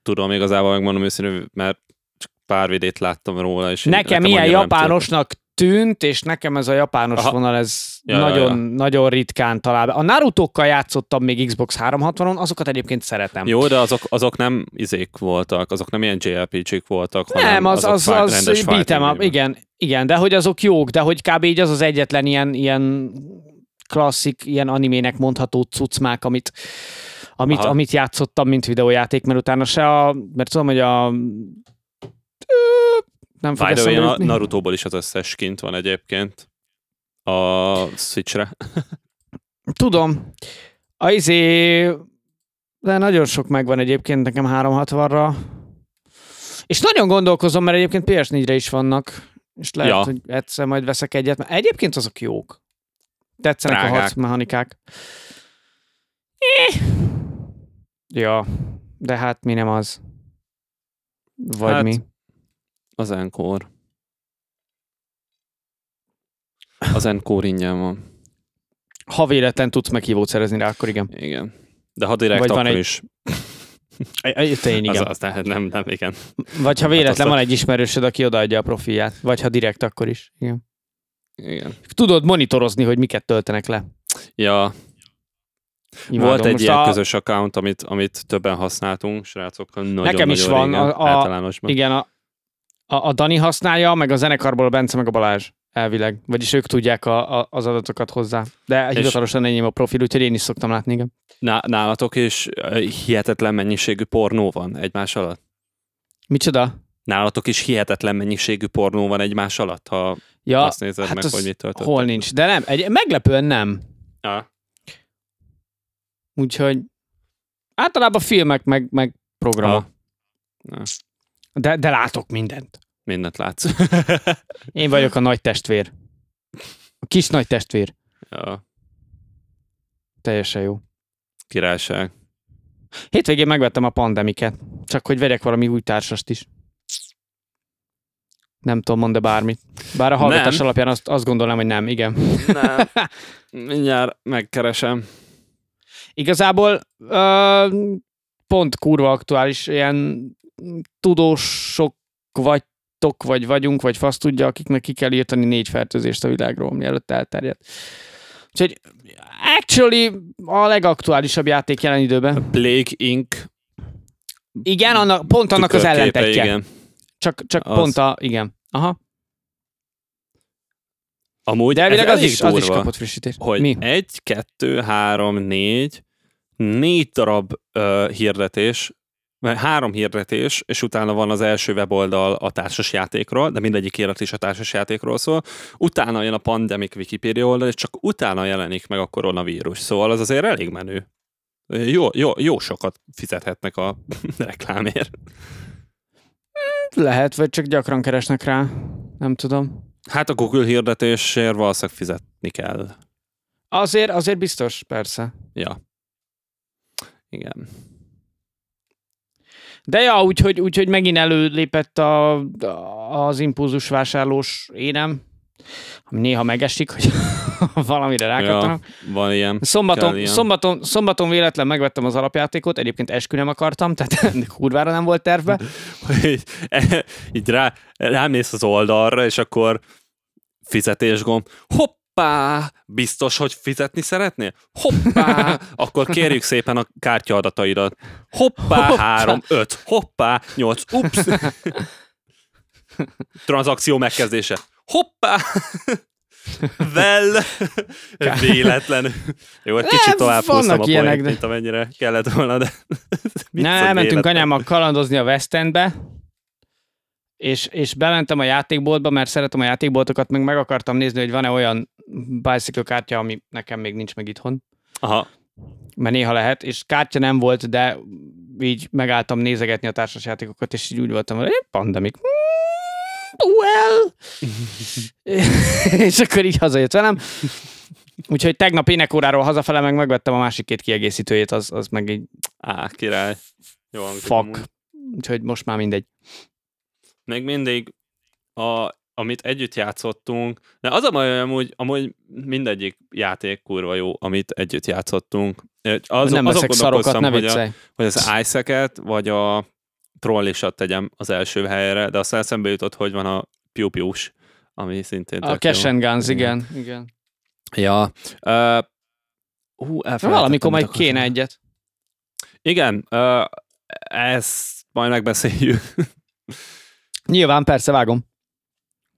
tudom, igazából megmondom őszintén, mert csak pár vidét láttam róla. És nekem ilyen annyira nem japánosnak tűnt, és nekem ez a japános Aha. Aha. vonal, ez ja, Ja, ja, nagyon, ja, ja. nagyon ritkán talál. be. A Narutokkal játszottam még Xbox 360-on, azokat egyébként szeretem. tudom. Jó, de azok, azok nem izék voltak, azok nem ilyen JRPG-k voltak, Nem, hanem az, azok az, fight- az, rendes az beat'em up, fighting game. igen, igen, de hogy azok jók, de hogy kb. így az az egyetlen ilyen, ilyen klasszik, ilyen animének mondható cuccmák, amit, amit, Aha. amit játszottam, mint videójáték, mert utána se a, mert tudom, hogy a nem fog By the eszembe way, jutni. a Narutóból is az összes kint van egyébként a Switchre. Tudom. A izé... De nagyon sok megvan egyébként nekem 360-ra. És nagyon gondolkozom, mert egyébként PS4-re is vannak. És lehet, ja. Ja. hogy egyszer majd veszek egyet. Mert egyébként azok jók. Tetszenek Drágák. a Drágák. harcmechanikák. Eh. Ja, de hát mi nem az. Vagy hát, Hát, mi. Az Encore. Az Encore ingyen van. Ha véletlen tudsz meghívót szerezni rá, akkor igen. Igen. De ha direkt Vagy van akkor egy- is. Tény, igen. Az, az, ne- nem, nem, igen. Vagy ha Hát azt véletlen a- van egy ismerősöd, aki odaadja a profilját. Vagy ha direkt, akkor is. Igen. igen. tudod monitorozni, hogy miket töltenek le. Ja, Imádom. Volt egy Most ilyen a... közös account, amit, amit többen használtunk, srácokkal. Nagyon, Nekem is nagyon van régen, a- a- általánosban. Igen, a, a, a Dani használja, meg a zenekarból a Bence, meg a Balázs elvileg. Vagyis ők tudják a, a, az adatokat hozzá. De hivatalosan enyém a profil, úgyhogy én is szoktam látni, igen. Ná- nálatok is ö, hihetetlen mennyiségű pornó van egymás alatt. Micsoda? Nálatok is hihetetlen mennyiségű pornó van egymás alatt, ha Ja, azt nézed hát meg, az hogy mit töltött. hol nincs. De nem, egy, meglepően nem. Ja. Úgyhogy általában filmek, meg, meg programok. Ha, Na, De, de látok mindent. mindent látsz. Én vagyok a nagy testvér. A kis nagy testvér. ja, Teljesen jó. királyság. Hétvégén megvettem a pandemiket, csak hogy vegyek valami új társast is. Nem tudom, mond bármit. Bár a hallgatás Nem. alapján azt, azt gondolom, hogy nem, igen. Nem. Mindjárt megkeresem. Igazából ö, pont kurva aktuális, ilyen tudósok vagytok, vagy vagyunk, vagy fasz tudja, akiknek ki kell írtani négy fertőzést a világról, mielőtt elterjed. Úgyhogy actually a legaktuálisabb játék jelen időben. Plague Inc. Igen, annak, pont annak az tükörképe, ellentetje. Igen. Csak, csak Az. pont a, igen. Aha. Amúgy De elvileg ez az elég is, az is durva. kapott frissítést. hogy Mi? egy, kettő, három, négy, négy darab ö, hirdetés Mert három hirdetés, és utána van az első weboldal a társasjátékról, de mindegyik élet is a társasjátékról szól. Utána jön a pandemic Wikipedia oldal, és csak utána jelenik meg a koronavírus. Szóval az azért elég menő. Jó, jó, jó sokat fizethetnek a reklámért. Lehet, vagy csak gyakran keresnek rá. Nem tudom. Hát a Google hirdetésért valószínűleg fizetni kell. Azért, azért biztos, persze. Ja. Igen. De ja, úgyhogy, úgyhogy megint előlépett a, a, az impulzus vásárlós énem, ami néha megesik, hogy valamire Ja, rákattanak. van ilyen. kell Szombaton, ilyen. szombaton, szombaton véletlen megvettem az alapjátékot, egyébként eskü nem akartam, tehát kurvára nem volt terve. így, e- így rá, rámész az oldalra, és akkor fizetésgomb. Hoppá! Biztos, hogy fizetni szeretnél? Hoppá! Akkor kérjük szépen a kártyaadataidat. Hoppá! Hoppá. Három, öt, hoppá, nyolc, ups! Tranzakció megkezdése. Hoppá! Well, véletlen. Jó, egy kicsit Nem, tovább vannak húztam a ilyenek, poént, de- mint amennyire kellett volna, de... mit Nem, szok elmentünk véletlen? anyámmal kalandozni a West Endbe, és, és bementem a játékboltba, mert szeretem a játékboltokat, meg meg akartam nézni, hogy van-e olyan bicycle kártya, ami nekem még nincs meg itthon, Aha, mert néha lehet, és kártya nem volt, de így megálltam nézegetni a társasjátékokat, és így úgy voltam, hogy eh, pandemic. Mm, well! és akkor így hazajött velem. Úgyhogy tegnap énekóráról hazafele meg megvettem a másik két kiegészítőjét, az, az meg így á, király. Jó hangzik amúgy. fuck. Úgyhogy most már mindegy. még mindig, a, amit együtt játszottunk, de az a baj, hogy amúgy, amúgy mindegyik játék kurva jó, amit együtt játszottunk. Ö, Az, Azon, nem azon veszek szarokat, ne gondolkoztam, hogy, a, viccelj. hogy az isaac vagy a trollisat tegyem az első helyre, de aztán eszembe jutott, hogy van a piu ami szintén A, tök jó. Cash and Guns, igen. Hát, igen. Ja. Uh, hú, elfelejtettem, Valamikor mit majd akartam. kéne egyet. Igen, uh, ezt majd megbeszéljük. Nyilván, persze, vágom.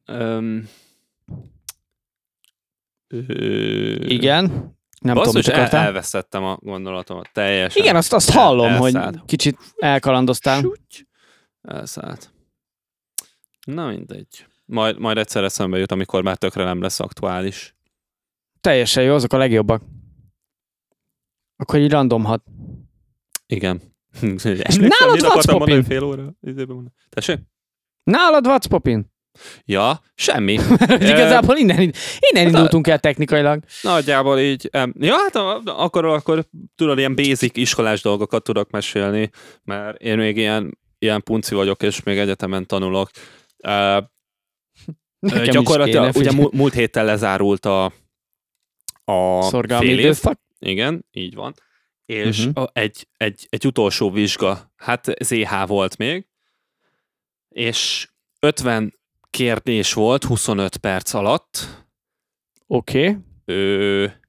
Um, Igen. Nem tudom, Basszus, mit el, akartál. elvesztettem a gondolatomat teljesen. Igen, azt, azt El- hallom, hogy elszállt. kicsit elkalandoztál. Súgy. Elszállt. Na mindegy. Majd, majd egyszer eszembe jut, amikor már tökre nem lesz aktuális. Teljesen jó, azok a legjobbak. Akkor így random hat. Igen. Emlékszem, nálad mit Vac akartam Popin? mondani fél óra? Izébe mondani. Tessék? Nálad what's popin? Ja, semmi. Pedig Ö, igazából innen, innen a- indultunk el technikailag. Nagyjából így. em, Ja, hát a- akkor, akkor tudod, ilyen basic iskolás dolgokat tudok mesélni, mert én még ilyen, ilyen punci vagyok, és még egyetemen tanulok. Ö, Ö, Nekem is Gyakorlatilag kéne, ugye figyelj. mú- múlt héttel lezárult a, a Szorgalmi fél év. időszak. Igen, így van. És Mhm. uh-huh. a, egy, egy, egy utolsó vizsga, hát ZH volt még, és 50 kérdés volt 25 perc alatt. Oké. Okay. Ő Ez még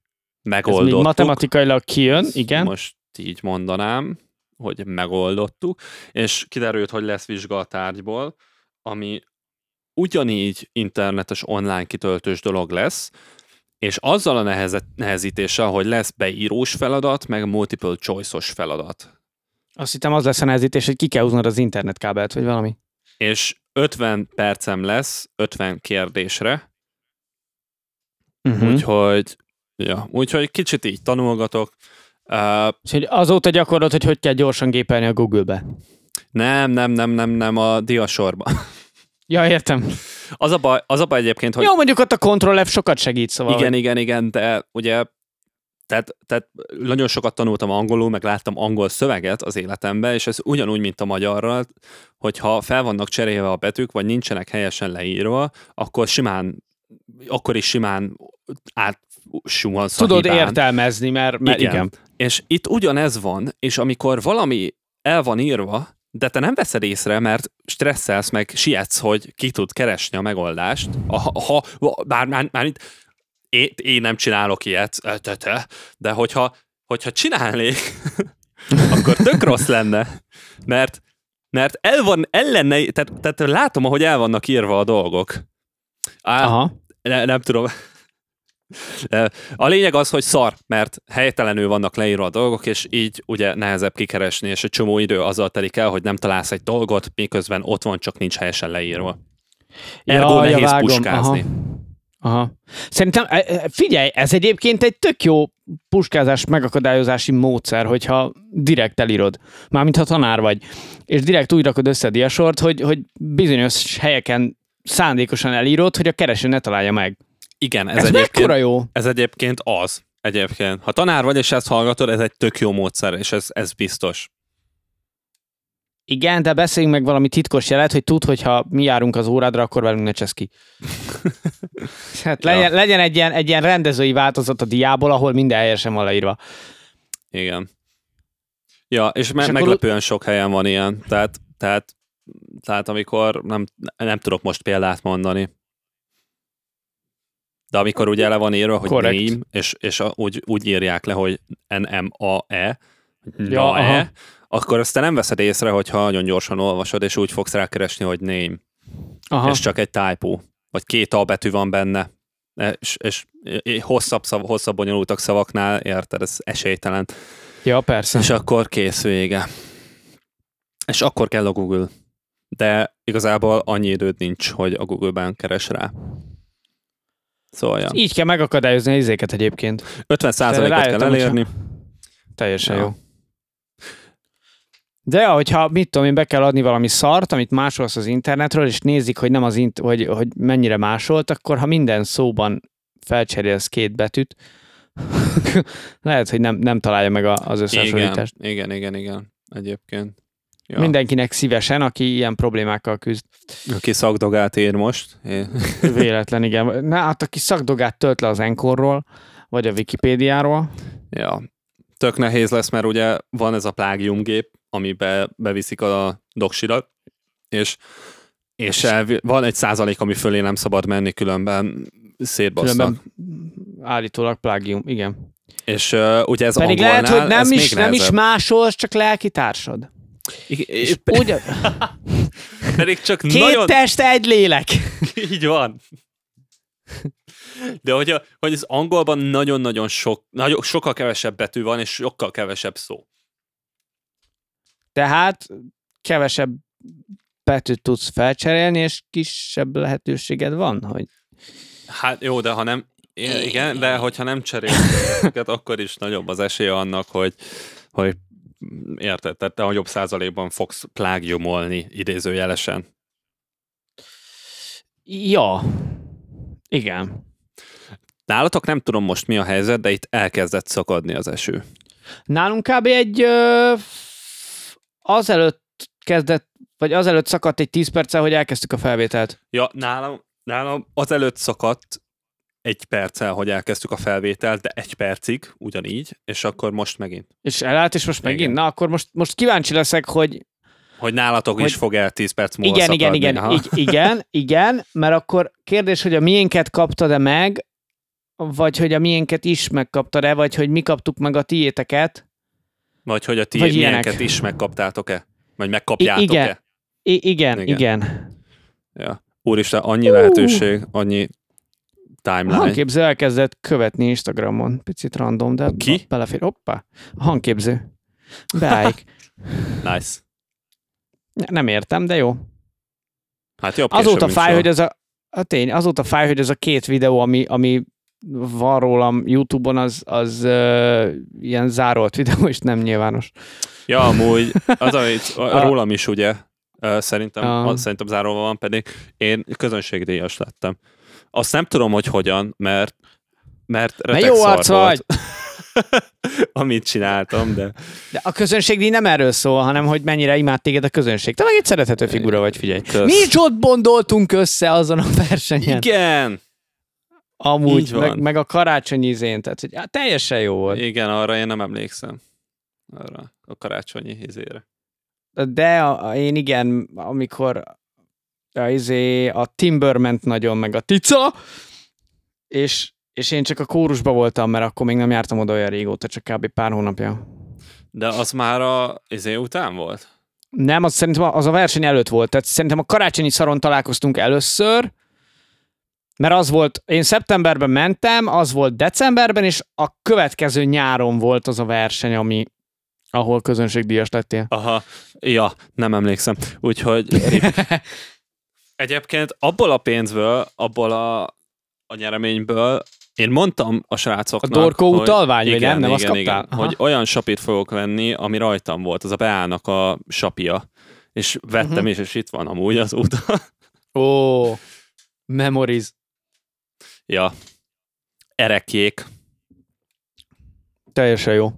megoldottuk. matematikailag kijön, Ezt igen. Most így mondanám, hogy megoldottuk, és kiderült, hogy lesz vizsga a tárgyból, ami ugyanígy internetes online kitöltős dolog lesz, és azzal a neheze- nehezítéssel, hogy lesz beírós feladat, meg multiple choice-os feladat. Azt hittem az lesz a nehezítés, hogy ki kell húznod az internetkábelt, vagy valami. És 50 percem lesz 50 kérdésre, Uh-huh. hmm. úgyhogy ja, úgyhogy kicsit így tanulgatok. Uh, Úgyhogy azóta gyakorlod, hogy hogy kell gyorsan gépelni a Google-be. nem, nem, nem, nem, nem a diasorban. Ja, értem. Az a baj, az a baj egyébként, hogy Jó, mondjuk ott a Ctrl F sokat segít, szóval. Igen, igen, igen, de ugye tehát, tehát nagyon sokat tanultam angolul, meg láttam angol szöveget az életemben, és ez ugyanúgy, mint a magyarral, hogyha fel vannak cserélve a betűk, vagy nincsenek helyesen leírva, akkor simán, akkor is simán átsuhansz a Tudod hibán. értelmezni, mert, mert igen. igen. És itt ugyanez van, és amikor valami el van írva, de te nem veszed észre, mert stresszelsz, meg sietsz, hogy ki tud keresni a megoldást. Ha, ha bár már, már itt, én, én nem csinálok ilyet, ö, te, te, de hogyha, hogyha csinálnék, akkor tök rossz lenne, mert, mert el van, el lenne, tehát, tehát látom, ahogy el vannak írva a dolgok. Á, Aha. ne, nem tudom. A lényeg az, hogy szar, mert helytelenül vannak leírva a dolgok, és így ugye nehezebb kikeresni, és egy csomó idő azzal telik el, hogy nem találsz egy dolgot, miközben ott van, csak nincs helyesen leírva. Ergo Jaj, nehéz vágom. puskázni. Aha. Aha. Szerintem, e, e, figyelj, ez egyébként egy tök jó puskázás megakadályozási módszer, hogyha direkt elírod. Mármint ha tanár vagy. És direkt úgy rakod össze a diasort, hogy, hogy bizonyos helyeken szándékosan elírod, hogy a kereső ne találja meg. Igen, ez, Ez, ez egyébként, mekkora jó? ez egyébként az. Egyébként. Ha tanár vagy, és ezt hallgatod, ez egy tök jó módszer, és ez, ez biztos. Igen, de beszéljünk meg valami titkos jelet, hogy tud, hogyha mi járunk az órádra, akkor velünk ne csesz ki. hát legyen, ja. legyen egy, ilyen, egy ilyen rendezői változat a diából, ahol minden helyesen van leírva. Igen. Ja, és, me- És akkor- meglepően sok helyen van ilyen. Tehát, tehát, tehát amikor nem, nem tudok most példát mondani. De amikor ugye le van írva, hogy Korrekt. name, és, és a, úgy, úgy írják le, hogy NMAE, Ja, ja, aha. e, akkor azt te nem veszed észre, hogyha nagyon gyorsan olvasod, és úgy fogsz rákeresni, hogy name, Aha. Aha. és csak egy typo, vagy két A betű van benne, és, és, és hosszabb, szav, hosszabb bonyolultak szavaknál, érted, ez esélytelen. Ja, persze. És akkor kész vége. És akkor kell a Google. De igazából annyi időd nincs, hogy a Google-ben keres rá. Szóval, ja. Így kell megakadályozni a izéket egyébként. 50%-ot kell rájöttem, hogyha- elérni. Teljesen Ja. jó. De hogyha, mit tudom én, be kell adni valami szart, amit másolsz az internetről, és nézik, hogy nem az int- hogy, hogy mennyire másolt, akkor ha minden szóban felcserélsz két betűt, lehet, hogy nem, nem találja meg a, az Igen, összehasonlítást. igen, igen, igen. Egyébként. Ja. Ja. Mindenkinek szívesen, aki ilyen problémákkal küzd. Aki szakdogát ír most. É- Véletlen, igen. Na, hát aki szakdogát tölt le az Enkorról, vagy a Wikipédiáról. Ja. Tök nehéz lesz, mert ugye van ez a plágiumgép, amibe beviszik a doksidat, és, és elvi, van egy százalék, ami fölé nem szabad menni, különben szétbasszak. Különben állítólag plágium, igen. És uh, ugye ez Pedig angolnál, lehet, hogy ez nem még is, nem is nehezebb. másolsz, csak lelki társad. I- i- És pe- úgy, pedig csak két nagyon test, egy lélek. így van. De hogy, a, hogy az angolban nagyon-nagyon sok, nagyon, sokkal kevesebb betű van, és sokkal kevesebb szó. Tehát kevesebb betűt tudsz felcserélni, és kisebb lehetőséged van, hogy... Hát jó, de ha nem, i- igen, de hogyha nem cserélsz ezeket, akkor is nagyobb az esélye annak, hogy, hogy érted, tehát te nagyobb százalékban fogsz plágiumolni idézőjelesen. Ja. Igen. Nálatok nem tudom most mi a helyzet, de itt elkezdett szakadni az eső. Nálunk kb. egy ö, azelőtt kezdett, vagy azelőtt szakadt egy 10 perccel, hogy elkezdtük a felvételt. Ja, nálam, nálam azelőtt szakadt egy perccel, hogy elkezdtük a felvételt, de egy percig ugyanígy, és akkor most megint. És elállt, és most Igen. megint. Na, akkor most, most kíváncsi leszek, hogy Hogy nálatok hogy... Hogy- is fog el 10 perc múlva Igen, igen, szakadni. igen, ha? ig- igen, igen, mert akkor kérdés, hogy a miénket kaptad-e meg, vagy hogy a miénket is megkaptad-e, vagy hogy mi kaptuk meg a tiéteket. Vagy hogy a ti Vagy ilyenek. milyeneket is megkaptátok-e? Vagy I- megkapjátok-e? igen, I- igen, Igen. igen. igen. Ja. Úristen, annyi lehetőség, annyi A timeline. hangképző elkezdett követni Instagramon. Picit random, de Ki? belefér. Hoppá, a hangképző. Beállj. Nice. Nem értem, de jó. Hát jobb később, Azóta mint fáj, soha. hogy ez a, a tény, azóta fáj, hogy ez a két videó, ami, ami van rólam YouTube-on, az, az uh, ilyen zárolt videó, és nem nyilvános. Ja, amúgy, az, amit a- A- rólam is ugye, ö, szerintem, A- az, szerintem záróban van, pedig én közönségdíjas lettem. Azt nem tudom, hogy hogyan, mert mert Ne retek jó szar arc volt, vagy! amit csináltam, de De a közönségdíj nem erről szól, hanem hogy mennyire imád téged a közönség. Te meg egy szerethető figura vagy, figyelj. Kösz. Mi is ott bondoltunk össze azon a versenyen. Igen. igen, így Amúgy, van. meg, meg, a karácsonyi izén, tehát hogy hát, teljesen jó volt. igen, arra én nem emlékszem. Arra, a karácsonyi izére. De a, a, én igen, amikor a, izé, a Timber ment nagyon, meg a Tica, és, és én csak a kórusba voltam, mert akkor még nem jártam oda olyan régóta, csak kb. pár hónapja. De az már a izé után volt? Nem, az szerintem az a verseny előtt volt. Tehát szerintem a karácsonyi szaron találkoztunk először, Mert az volt, én szeptemberben mentem, az volt decemberben, és a következő nyáron volt az a verseny, ami, ahol közönségdíjas lettél. Aha, ja, nem emlékszem. Úgyhogy egyébként abból a pénzből, abból a, a nyereményből én mondtam a A srácoknak, dorkó hogy- utalvány, vagy nem? Nem azt igen, kaptál? Igen, Aha. hogy olyan sapit fogok venni, ami rajtam volt, az a beának a sapia. És vettem Mhm. is, és itt van amúgy azóta. Ó, memories. ja. Erekjék. Teljesen jó.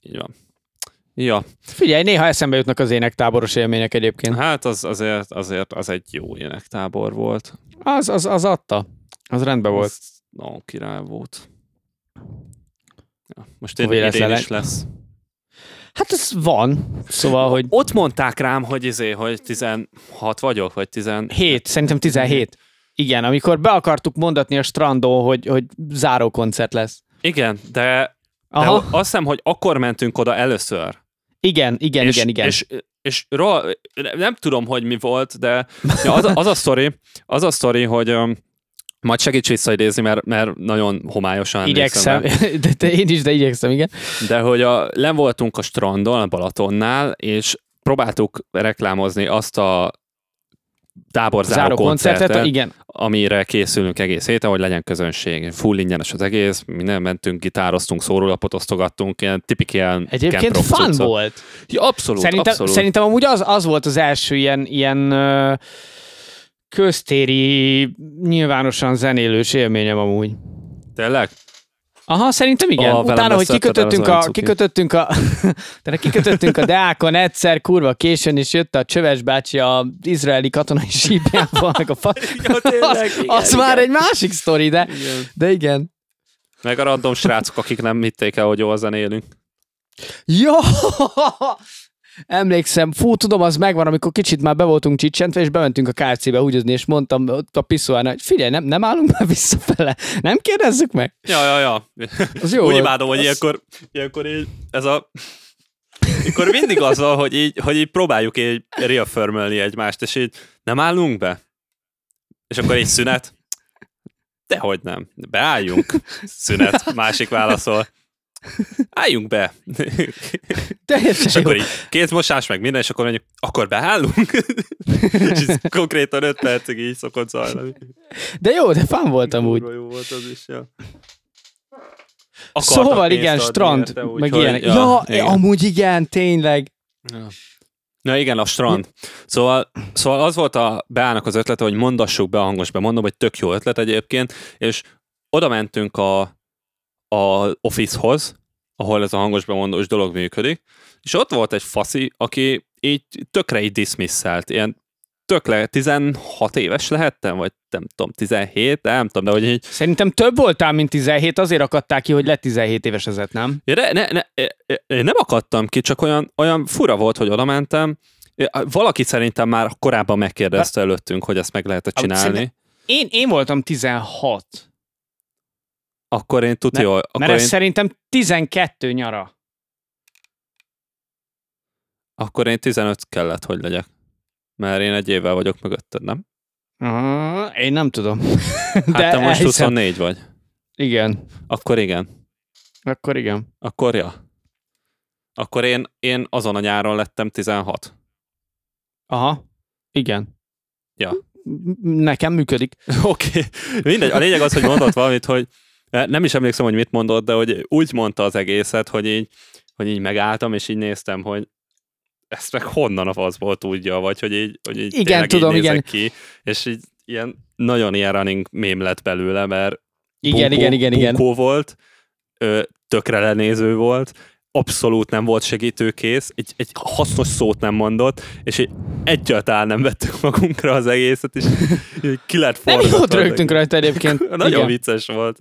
Így van. Ja, Figyelj, néha eszembe jutnak az énektáboros élmények egyébként. hát az azért, azért az egy jó énektábor volt. Az, az, az adta. Az rendben volt. Az nagyon király volt. Ja, most én, Véletlen idén is egy- lesz. Hát ez van. Szóval, hogy Ott mondták rám, hogy izé, hogy 16 vagyok, vagy 10... 7, szerintem 17. Igen, amikor be akartuk mondatni a strandon, hogy, hogy zárókoncert lesz. Igen, de, de Aha, azt hiszem, hogy akkor mentünk oda először. igen, igen, és, igen, igen. És, és ro- nem tudom, hogy mi volt, de ja, az, az a sztori, az a sztori, hogy um, majd segíts visszaidézni, mert, mert nagyon homályosan Igyekszem, emlékszem de, de én is, de igyekszem, igen. rá. De hogy a, len voltunk a strandon, a Balatonnál, és próbáltuk reklámozni azt a táborzáró Záró koncertet, koncertet, igen. amire készülünk egész héten, hogy legyen közönség. Full ingyenes az egész, minden mentünk, gitároztunk, szórólapot osztogattunk, ilyen tipik ilyen Egyébként camp rock fun cuccok. volt. Ja, abszolút, Szerintem, abszolút. szerintem amúgy az, az volt az első ilyen, ilyen ö, köztéri, nyilvánosan zenélős élményem amúgy. Tényleg? Aha, szerintem igen. Ó, Oh, velem Utána, hogy összeadtad kikötöttünk el az a, olyan cukit. kikötöttünk a, de kikötöttünk a Deákon egyszer, kurva későn, és jött a Csöves bácsi a izraeli katonai sípjával, meg a fa... Ja, tényleg, az, igen, az már egy másik sztori, de igen. de igen. Meg a random srácok, akik nem hitték el, hogy jól zenélünk. Jó! Emlékszem, fú, tudom, az megvan, amikor kicsit már be voltunk csicsentve, és bementünk a KFC-be húgyozni, és mondtam ott a piszoán, hogy figyelj, nem, nem állunk már visszafele, nem kérdezzük meg. Ja, ja, ja. Az jó Úgy volt. imádom, hogy Az- ilyenkor, ilyenkor így ez a... Akkor mindig az van, hogy így, hogy így próbáljuk így reaffirmölni egymást, és így nem állunk be? És akkor így szünet. Dehogy nem. Beálljunk. Szünet. Másik válaszol. Álljunk be. És Teljesen jó. akkor így kézmosás, meg minden, és akkor mondjuk, akkor beállunk? és ez konkrétan öt percig így szokott zajlani. De jó, de fán voltam úgy. Kurva jó volt az is, ja. Akartak Szóval pénzt igen, adni strand, érte, meg úgyhogy- ilyenek. Ja, igen. ja amúgy igen, tényleg. Na igen, a strand. Szóval, szóval az volt a Beának az ötlete, hogy mondassuk be a hangos bemondom, hogy tök jó ötlet egyébként, és oda mentünk a, a officehoz, ahol ez a hangos bemondós dolog működik, és ott volt egy faszi, aki így tökre így diszmisszelt, ilyen tök le, 16 éves lehettem, vagy nem tudom, 17, nem tudom, de hogy így Szerintem több voltál, mint 17, azért akadták ki, hogy le 17 éves ezett, nem? Ja, ne, ne, ne, e- e- én nem akadtam ki, csak olyan, olyan fura volt, hogy oda mentem. E, Valaki szerintem már korábban megkérdezte előttünk, hogy ezt meg lehet Am- csinálni. szerintem- Én, én voltam 16, Akkor én Ne- tudja, hogy mert akkor, ez én, szerintem 12 nyara. akkor én 15 kellett, hogy legyek. Mert én egy évvel vagyok mögötted, nem? Aha, én nem tudom. De Hát te most elhiszem. 24 vagy. Igen, Akkor igen. akkor igen. Akkor ja. Akkor én, én azon a nyáron lettem 16. Aha, igen. Ja. M- Nekem működik. Oké, okay. mindegy. A lényeg az, hogy mondott valamit, hogy e, nem is emlékszem, hogy mit mondott, de hogy úgy mondta az egészet, hogy így, hogy így megálltam, és így néztem, hogy ezt meg honnan a faszból tudja, vagy hogy így, hogy így Igen, tényleg tudom, így nézek igen. ki, és így ilyen nagyon ilyen running mém lett belőle, mert Igen, igen, igen, igen. bunkó volt, ö, tökre lenéző volt, abszolút nem volt segítőkész, egy, egy hasznos szót nem mondott, és így egyáltalán nem vettük magunkra az egészet, és így ki lett Nem, mi forgatva ott az rögtünk egész. rajta egyébként. Nagyon igen. vicces volt.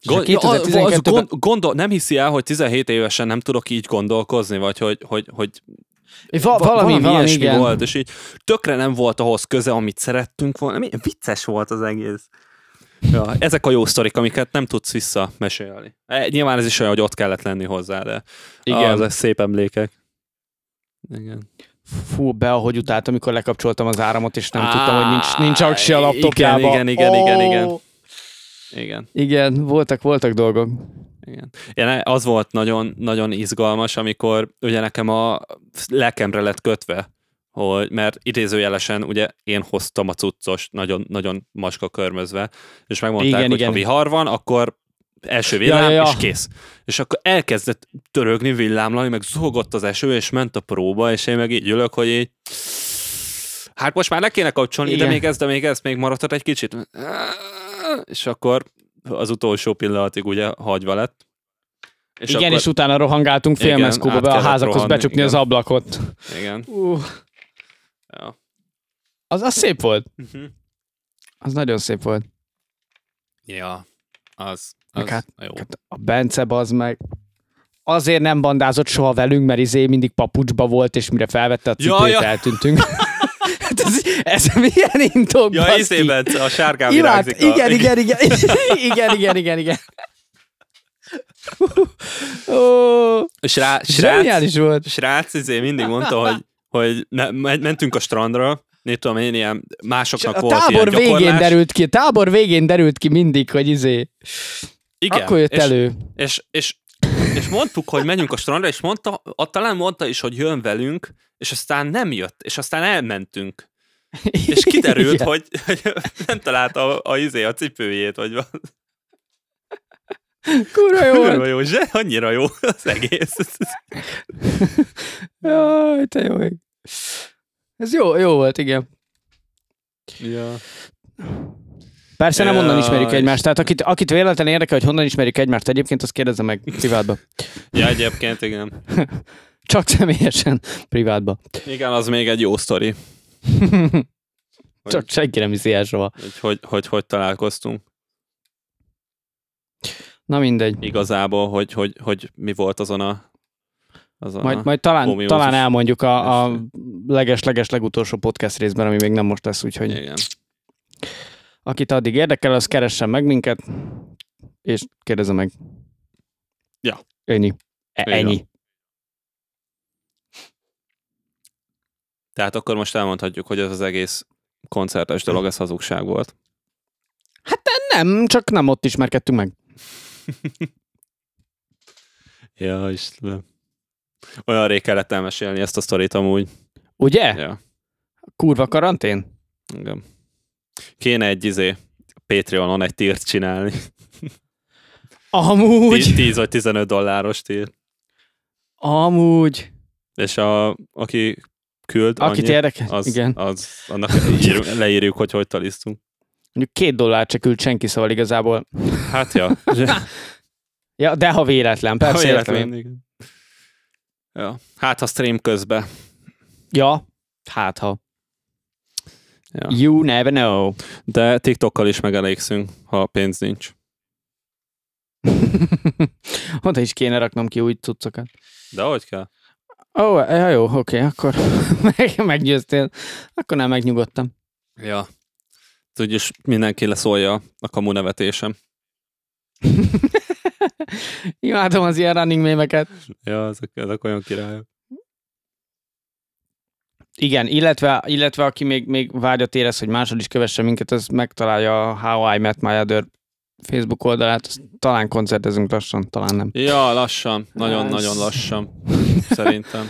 És a ja, az- 2012-ben gond, gondol, nem hiszi el, hogy 17 évesen nem tudok így gondolkozni, vagy hogy, hogy, hogy Va- va- valami, valami, ilyesmi igen. volt, és így tökre nem volt ahhoz köze, amit szerettünk volna. Milyen vicces volt az egész. Ja, ezek a jó sztorik, amiket nem tudsz visszamesélni. E, nyilván ez is olyan, hogy ott kellett lenni hozzá, de Igen. az, szép emlékek. Igen. fú, be, ahogy utált, amikor lekapcsoltam az áramot, és nem tudtam, hogy nincs, nincs aksi a Á, laptopjában. igen, igen, igen, igen, Ó! Igen, Igen, voltak, voltak dolgok. igen. Én az volt nagyon, nagyon izgalmas, amikor ugye nekem a lelkemre lett kötve, hogy, mert idézőjelesen ugye én hoztam a cuccost, nagyon, nagyon maska körmözve, és megmondták, Igen, igen, hogy igen. igen. ha vihar van, akkor első villám, Ja, ja, ja, ja, ja. és kész. És akkor elkezdett törögni, villámlani, meg zúgott az eső, és ment a próba, és én meg így ülök, hogy így hát most már le kéne kapcsolni, Igen. de még ez, de még ez, még maradhat egy kicsit. És akkor az utolsó pillanatig ugye hagyva lett. És igen, és utána rohangáltunk Igen, félmeszkóba át be a kellett házakhoz, rohanni, becsukni igen. az ablakot. Igen. Uh, Ja. az, az szép volt. Mhm. Az nagyon szép volt. ja. Az, Meg az hát- jó. Hát A Bence az meg azért nem bandázott soha velünk, mert izé mindig papucsba volt, és mire felvette a cipőt, Ja, ja. eltűntünk. Hát ez, ez milyen intok, Ja, baszki? izében a sárgán Imád, virágzik. a- igen, igen, igen, igen, igen, igen, igen. Ó, Srác, srác, zseniális volt. srác izé mindig mondta, hogy, hogy ne, men- mentünk a strandra, nem tudom én, ilyen És másoknak a volt tábor ilyen végén gyakorlás. derült ki, a tábor végén derült ki mindig, hogy izé, Igen. akkor jött és, elő. És, és, és mondtuk, hogy menjünk a strandra, és mondta, a, talán mondta is, hogy jön velünk, és aztán nem jött, és aztán elmentünk. És kiderült, Igen. hogy, hogy nem találta a, a, izé, a cipőjét, vagy valami. Kurva jó. hát- volt. Kurva jó, zse, annyira jó az egész. Jaj, te jó ég. Ez jó, jó volt, igen. Ja. Persze nem onnan Jaj. ismerjük egymást, tehát akit, akit véletlenül érdekel, hogy honnan ismerjük egymást egyébként, azt kérdezze meg privátba. ja, egyébként igen. Csak személyesen privátba. Igen, az még egy jó sztori, Csak senki nem hiszi el soha. hogy hogy, hogy, hogy találkoztunk. Na mindegy. Igazából, hogy, hogy, hogy mi volt azon a... Azon a... Majd, majd talán, homiózus talán elmondjuk a, a eső. leges-leges legutolsó podcast részben, ami még nem most lesz, úgyhogy Igen. akit addig érdekel, az keressen meg minket, és kérdezze meg. Ja. Ennyi. E- Így van. ennyi. Tehát akkor most elmondhatjuk, hogy ez az egész koncertes dolog, ez hazugság volt. Nem, csak nem ott ismerkedtünk meg. Ja, Istenem. Olyan rég kellett elmesélni ezt a sztorit amúgy. Ugye? Ja, Kurva karantén? igen. Kéne egy izé, Patreonon egy tírt csinálni. Amúgy. 10, 10 vagy 15 dolláros tírt. Amúgy. És a, aki küld, Akit annyit, érdekel? az, Igen. az, annak írjuk, leírjuk, hogy hogy talisztunk. Mondjuk két dollár se küld senki, szóval igazából. Hát ja. Ja, de ha véletlen, persze. Ha értem én. véletlen, igen. Ja. Hát a stream közben. Ja, hát ha. Ja. You never know. De TikTokkal is megelégszünk, ha pénz nincs. Oda is kéne raknom ki új cuccokat. De hogy kell? Ó, oh, ja, jó, oké, akkor meg, meggyőztél. Akkor nem megnyugodtam. Ja. Úgyis mindenki leszólja a kamu nevetésem. Imádom az ilyen running mémeket. Ja, ezek, ezek olyan királyok. Igen, illetve, illetve aki még, még vágyat érez, hogy máshol is kövesse minket, az megtalálja a How I Met My Other Facebook oldalát, azt talán koncertezünk lassan, talán nem. Ja, lassan. Nagyon-nagyon Ez- lassan. Szerintem.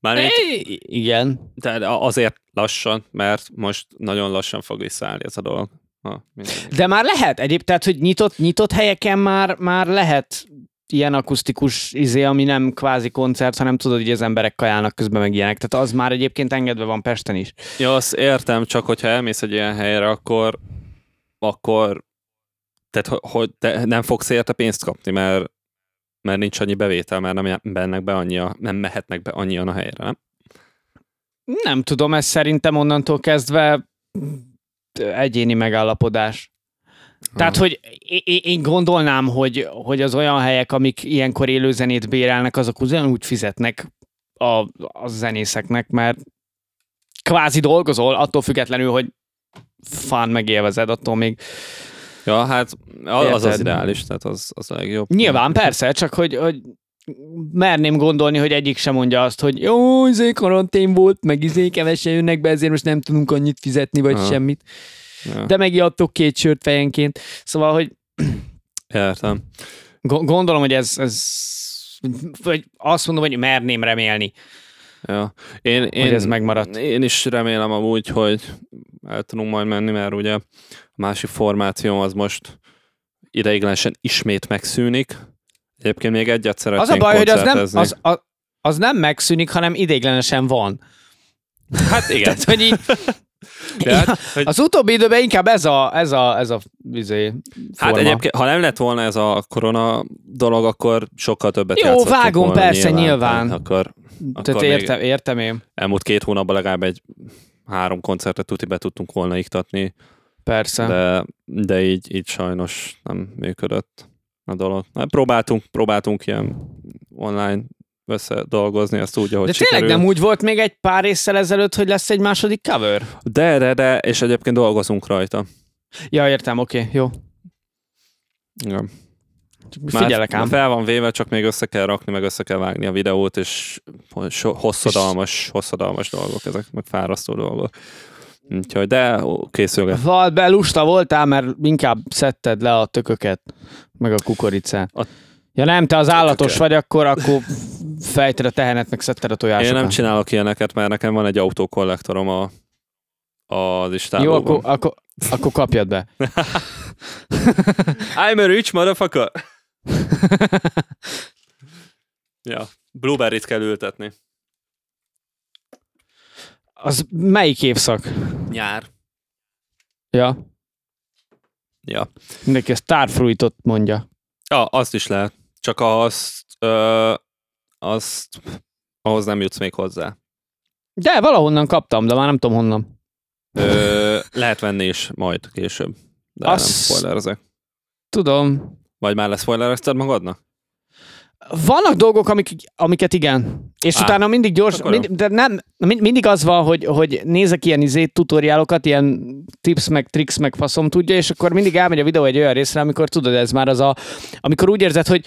Mármint, I- igen. de azért lassan, mert most nagyon lassan fog visszaállni ez a dolog. Ha, minden. De már lehet egyéb, tehát hogy nyitott, nyitott helyeken már, már lehet ilyen akusztikus izé, ami nem kvázi koncert, hanem tudod, hogy az emberek kajálnak közben meg ilyenek. Tehát az már egyébként engedve van Pesten is. Ja, azt értem, csak hogyha elmész egy ilyen helyre, akkor, akkor tehát, ho- hogy te nem fogsz érte pénzt kapni, mert, mert nincs annyi bevétel, mert nem mennek be annyia, nem mehetnek be annyian a helyre, nem? Nem tudom, ez szerintem onnantól kezdve egyéni megállapodás. Tehát, hogy é- é- én gondolnám, hogy, hogy az olyan helyek, amik ilyenkor élőzenét bérelnek, azok ugyanúgy fizetnek a, a zenészeknek, mert kvázi dolgozol, attól függetlenül, hogy fán megélvezed, attól még. Ja, hát a- az az Érted. ideális, tehát az, az a legjobb. Nyilván, persze, csak hogy, hogy merném gondolni, hogy egyik sem mondja azt, hogy jó, izé karantén volt, meg izé kevesen jönnek be, ezért most nem tudunk annyit fizetni, vagy Aha. semmit. Ja, De megijedtok két sört fejenként. Szóval, hogy értem. go- gondolom, hogy ez, ez vagy azt mondom, hogy merném remélni, Ja. Én, én, Én... hogy ez megmaradt. Én is remélem amúgy, hogy el tudunk majd menni, mert ugye a másik formáció az most ideiglenesen ismét megszűnik. Egyébként még egyet Az szeretnénk a baj, hogy az nem, koncertezni. az, az, az nem megszűnik, hanem idéglenesen van. Hát igen. Tehát, hogy így, De hát, hogy, az utóbbi időben inkább ez a, ez a, ez a izé, hát forma. egyébként, ha nem lett volna ez a korona dolog, akkor sokkal többet Jó, játszottuk vágom, volna persze, nyilván. Tehát Akkor Tehát még- értem, értem én. elmúlt két hónapban legalább egy három koncertet tuti be tudtunk volna iktatni, Persze. de, de így, így sajnos nem működött a dolog. Hát próbáltunk, próbáltunk ilyen online össze dolgozni, azt úgy, ahogy De tényleg sikerül. nem úgy volt még egy pár észre ezelőtt, hogy lesz egy második cover? De, de, de, és egyébként dolgozunk rajta. Ja, értem, oké, jó. Igen. Csak Figyelek ám. Fel van véve, csak még össze kell rakni, meg össze kell vágni a videót, és so- hosszadalmas, hosszadalmas dolgok ezek, meg fárasztó dolgok. Úgyhogy, de ó, készülget. Val, be lusta voltál, mert inkább szedted le a tököket, meg a kukoricát. A- Ja nem, te az állatos Tököket. vagy, akkor, akkor fejted a tehenet, meg szedted a tojásokat. Én nem csinálok ilyeneket, mert nekem van egy autókollektorom a, az Jó, istálóban. akkor, akkor, akkor kapjad be. I'm a rich motherfucker! ja, blueberry-t kell ültetni. Az melyik évszak? Nyár. Ja, Ja. mindenki ezt tárfruitot mondja. ja, azt is lehet. Csak azt, ö, azt ahhoz nem jutsz még hozzá. De valahonnan kaptam, de már nem tudom honnan. Ö, lehet venni is majd később. De azt... Azt- nem spoilerezek. Tudom. Vagy már leszpoilerezted magadnak? Vannak dolgok, amik, amiket igen. És Á, Á, utána mindig gyors, akkor jó. mind, de nem, mind, mindig az van, hogy, hogy nézek ilyen izé, tutoriálokat, ilyen tips, meg tricks, meg faszom tudja, és akkor mindig elmegy a videó egy olyan részre, amikor tudod, ez már az a, amikor úgy érzed, hogy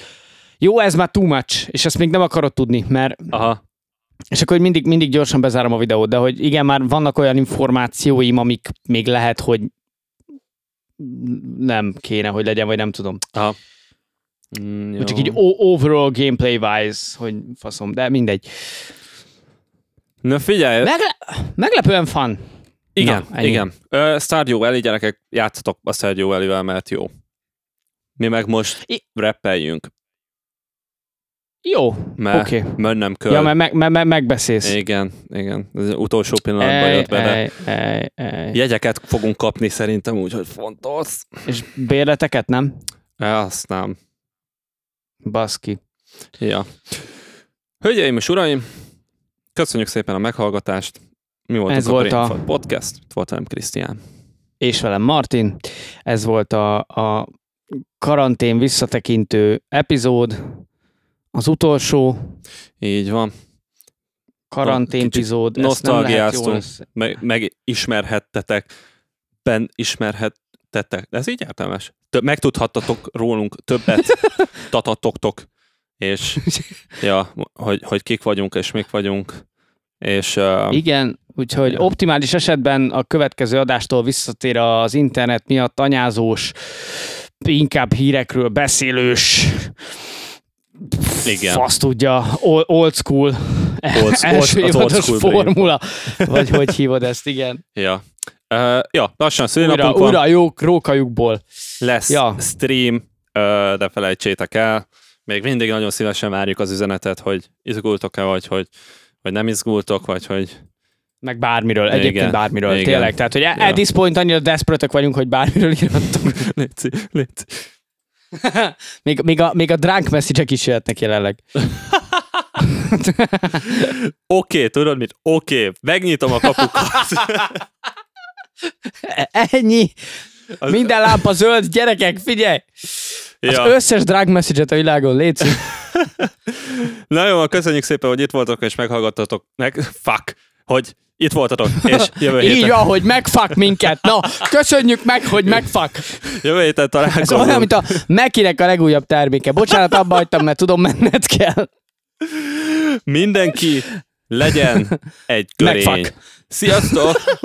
jó, ez már too much, és ezt még nem akarod tudni, mert Aha. És akkor mindig, mindig gyorsan bezárom a videót, de hogy igen, már vannak olyan információim, amik még lehet, hogy nem kéne, hogy legyen, vagy nem tudom. Aha. Mm, Jó. jó. Csak így o- overall gameplay wise, hogy faszom, de mindegy. Na figyelj, Megle- meglepően fun. Igen, Na, ennyi. igen. Ö, Stardew Valley, gyerekek, játszatok a Stardew Valley-vel, mert jó. Mi meg most I- rappeljünk, Jó, mert oké. okay. mennem kell. Ja, mert meg, meg, meg, megbeszélsz. Igen, igen. Ez az utolsó pillanatban jött be, de ej, ej, ej. jegyeket fogunk kapni szerintem, úgyhogy fontos. És bérleteket nem? E, Azt nem. Baszki. Ja. Hölgyeim és uraim, köszönjük szépen a meghallgatást. Mi volt Ez ez, volt a, a- Brain Fart podcast? Itt volt velem Krisztián. és velem Martin. Ez volt a, a karantén visszatekintő epizód, az utolsó Így van. karantén Kicsit epizód. Ezt nem lehet nosztalgiáztunk. jól össze- meg, megismerhettetek, ben ismerhettetek. Ez így értelmes. Tö- megtudhattatok rólunk többet, tatatoktok, és ja, hogy, hogy kik vagyunk, és mik vagyunk, és uh, Igen, úgyhogy Ja. optimális esetben a következő adástól visszatér az internet miatt anyázós, inkább hírekről beszélős, Igen. azt tudja, o- old school, old- első az old évados school brain. formula, vagy hogy hívod ezt, igen. ja. Uh, ja, lassan Újra, szülinapunk újra van, a jó rókajukból. lesz ja. Ja. stream, uh, de felejtsétek el. Még mindig nagyon szívesen várjuk az üzenetet, hogy izgultok-e, vagy hogy, vagy nem izgultok, vagy hogy Meg bármiről, Igen. egyébként bármiről, Igen. tényleg. Tehát, hogy e- at this point annyira desperate vagyunk, hogy bármiről írhatunk. léci, léci. még, még, a, még a drunk message is jöhetnek jelenleg. Oké, okay, tudod mit? Oké, okay, megnyitom a kapukat. E- Ennyi. Az- Az... Minden lámpa zöld, gyerekek, figyelj! Az Ja. összes drunk message a világon, létszik. Na jó, köszönjük szépen, hogy itt voltok és meghallgattatok. Meg, fuck. hogy itt voltatok, és jövő Így, héten, ahogy megfak minket. Na, köszönjük meg, hogy megfak. jövő héten Ez olyan, találkozunk. mint a Mekinek a legújabb terméke. Bocsánat, abba hagytam, mert tudom, menned kell. Mindenki legyen egy görény. Megfak. Sziasztok!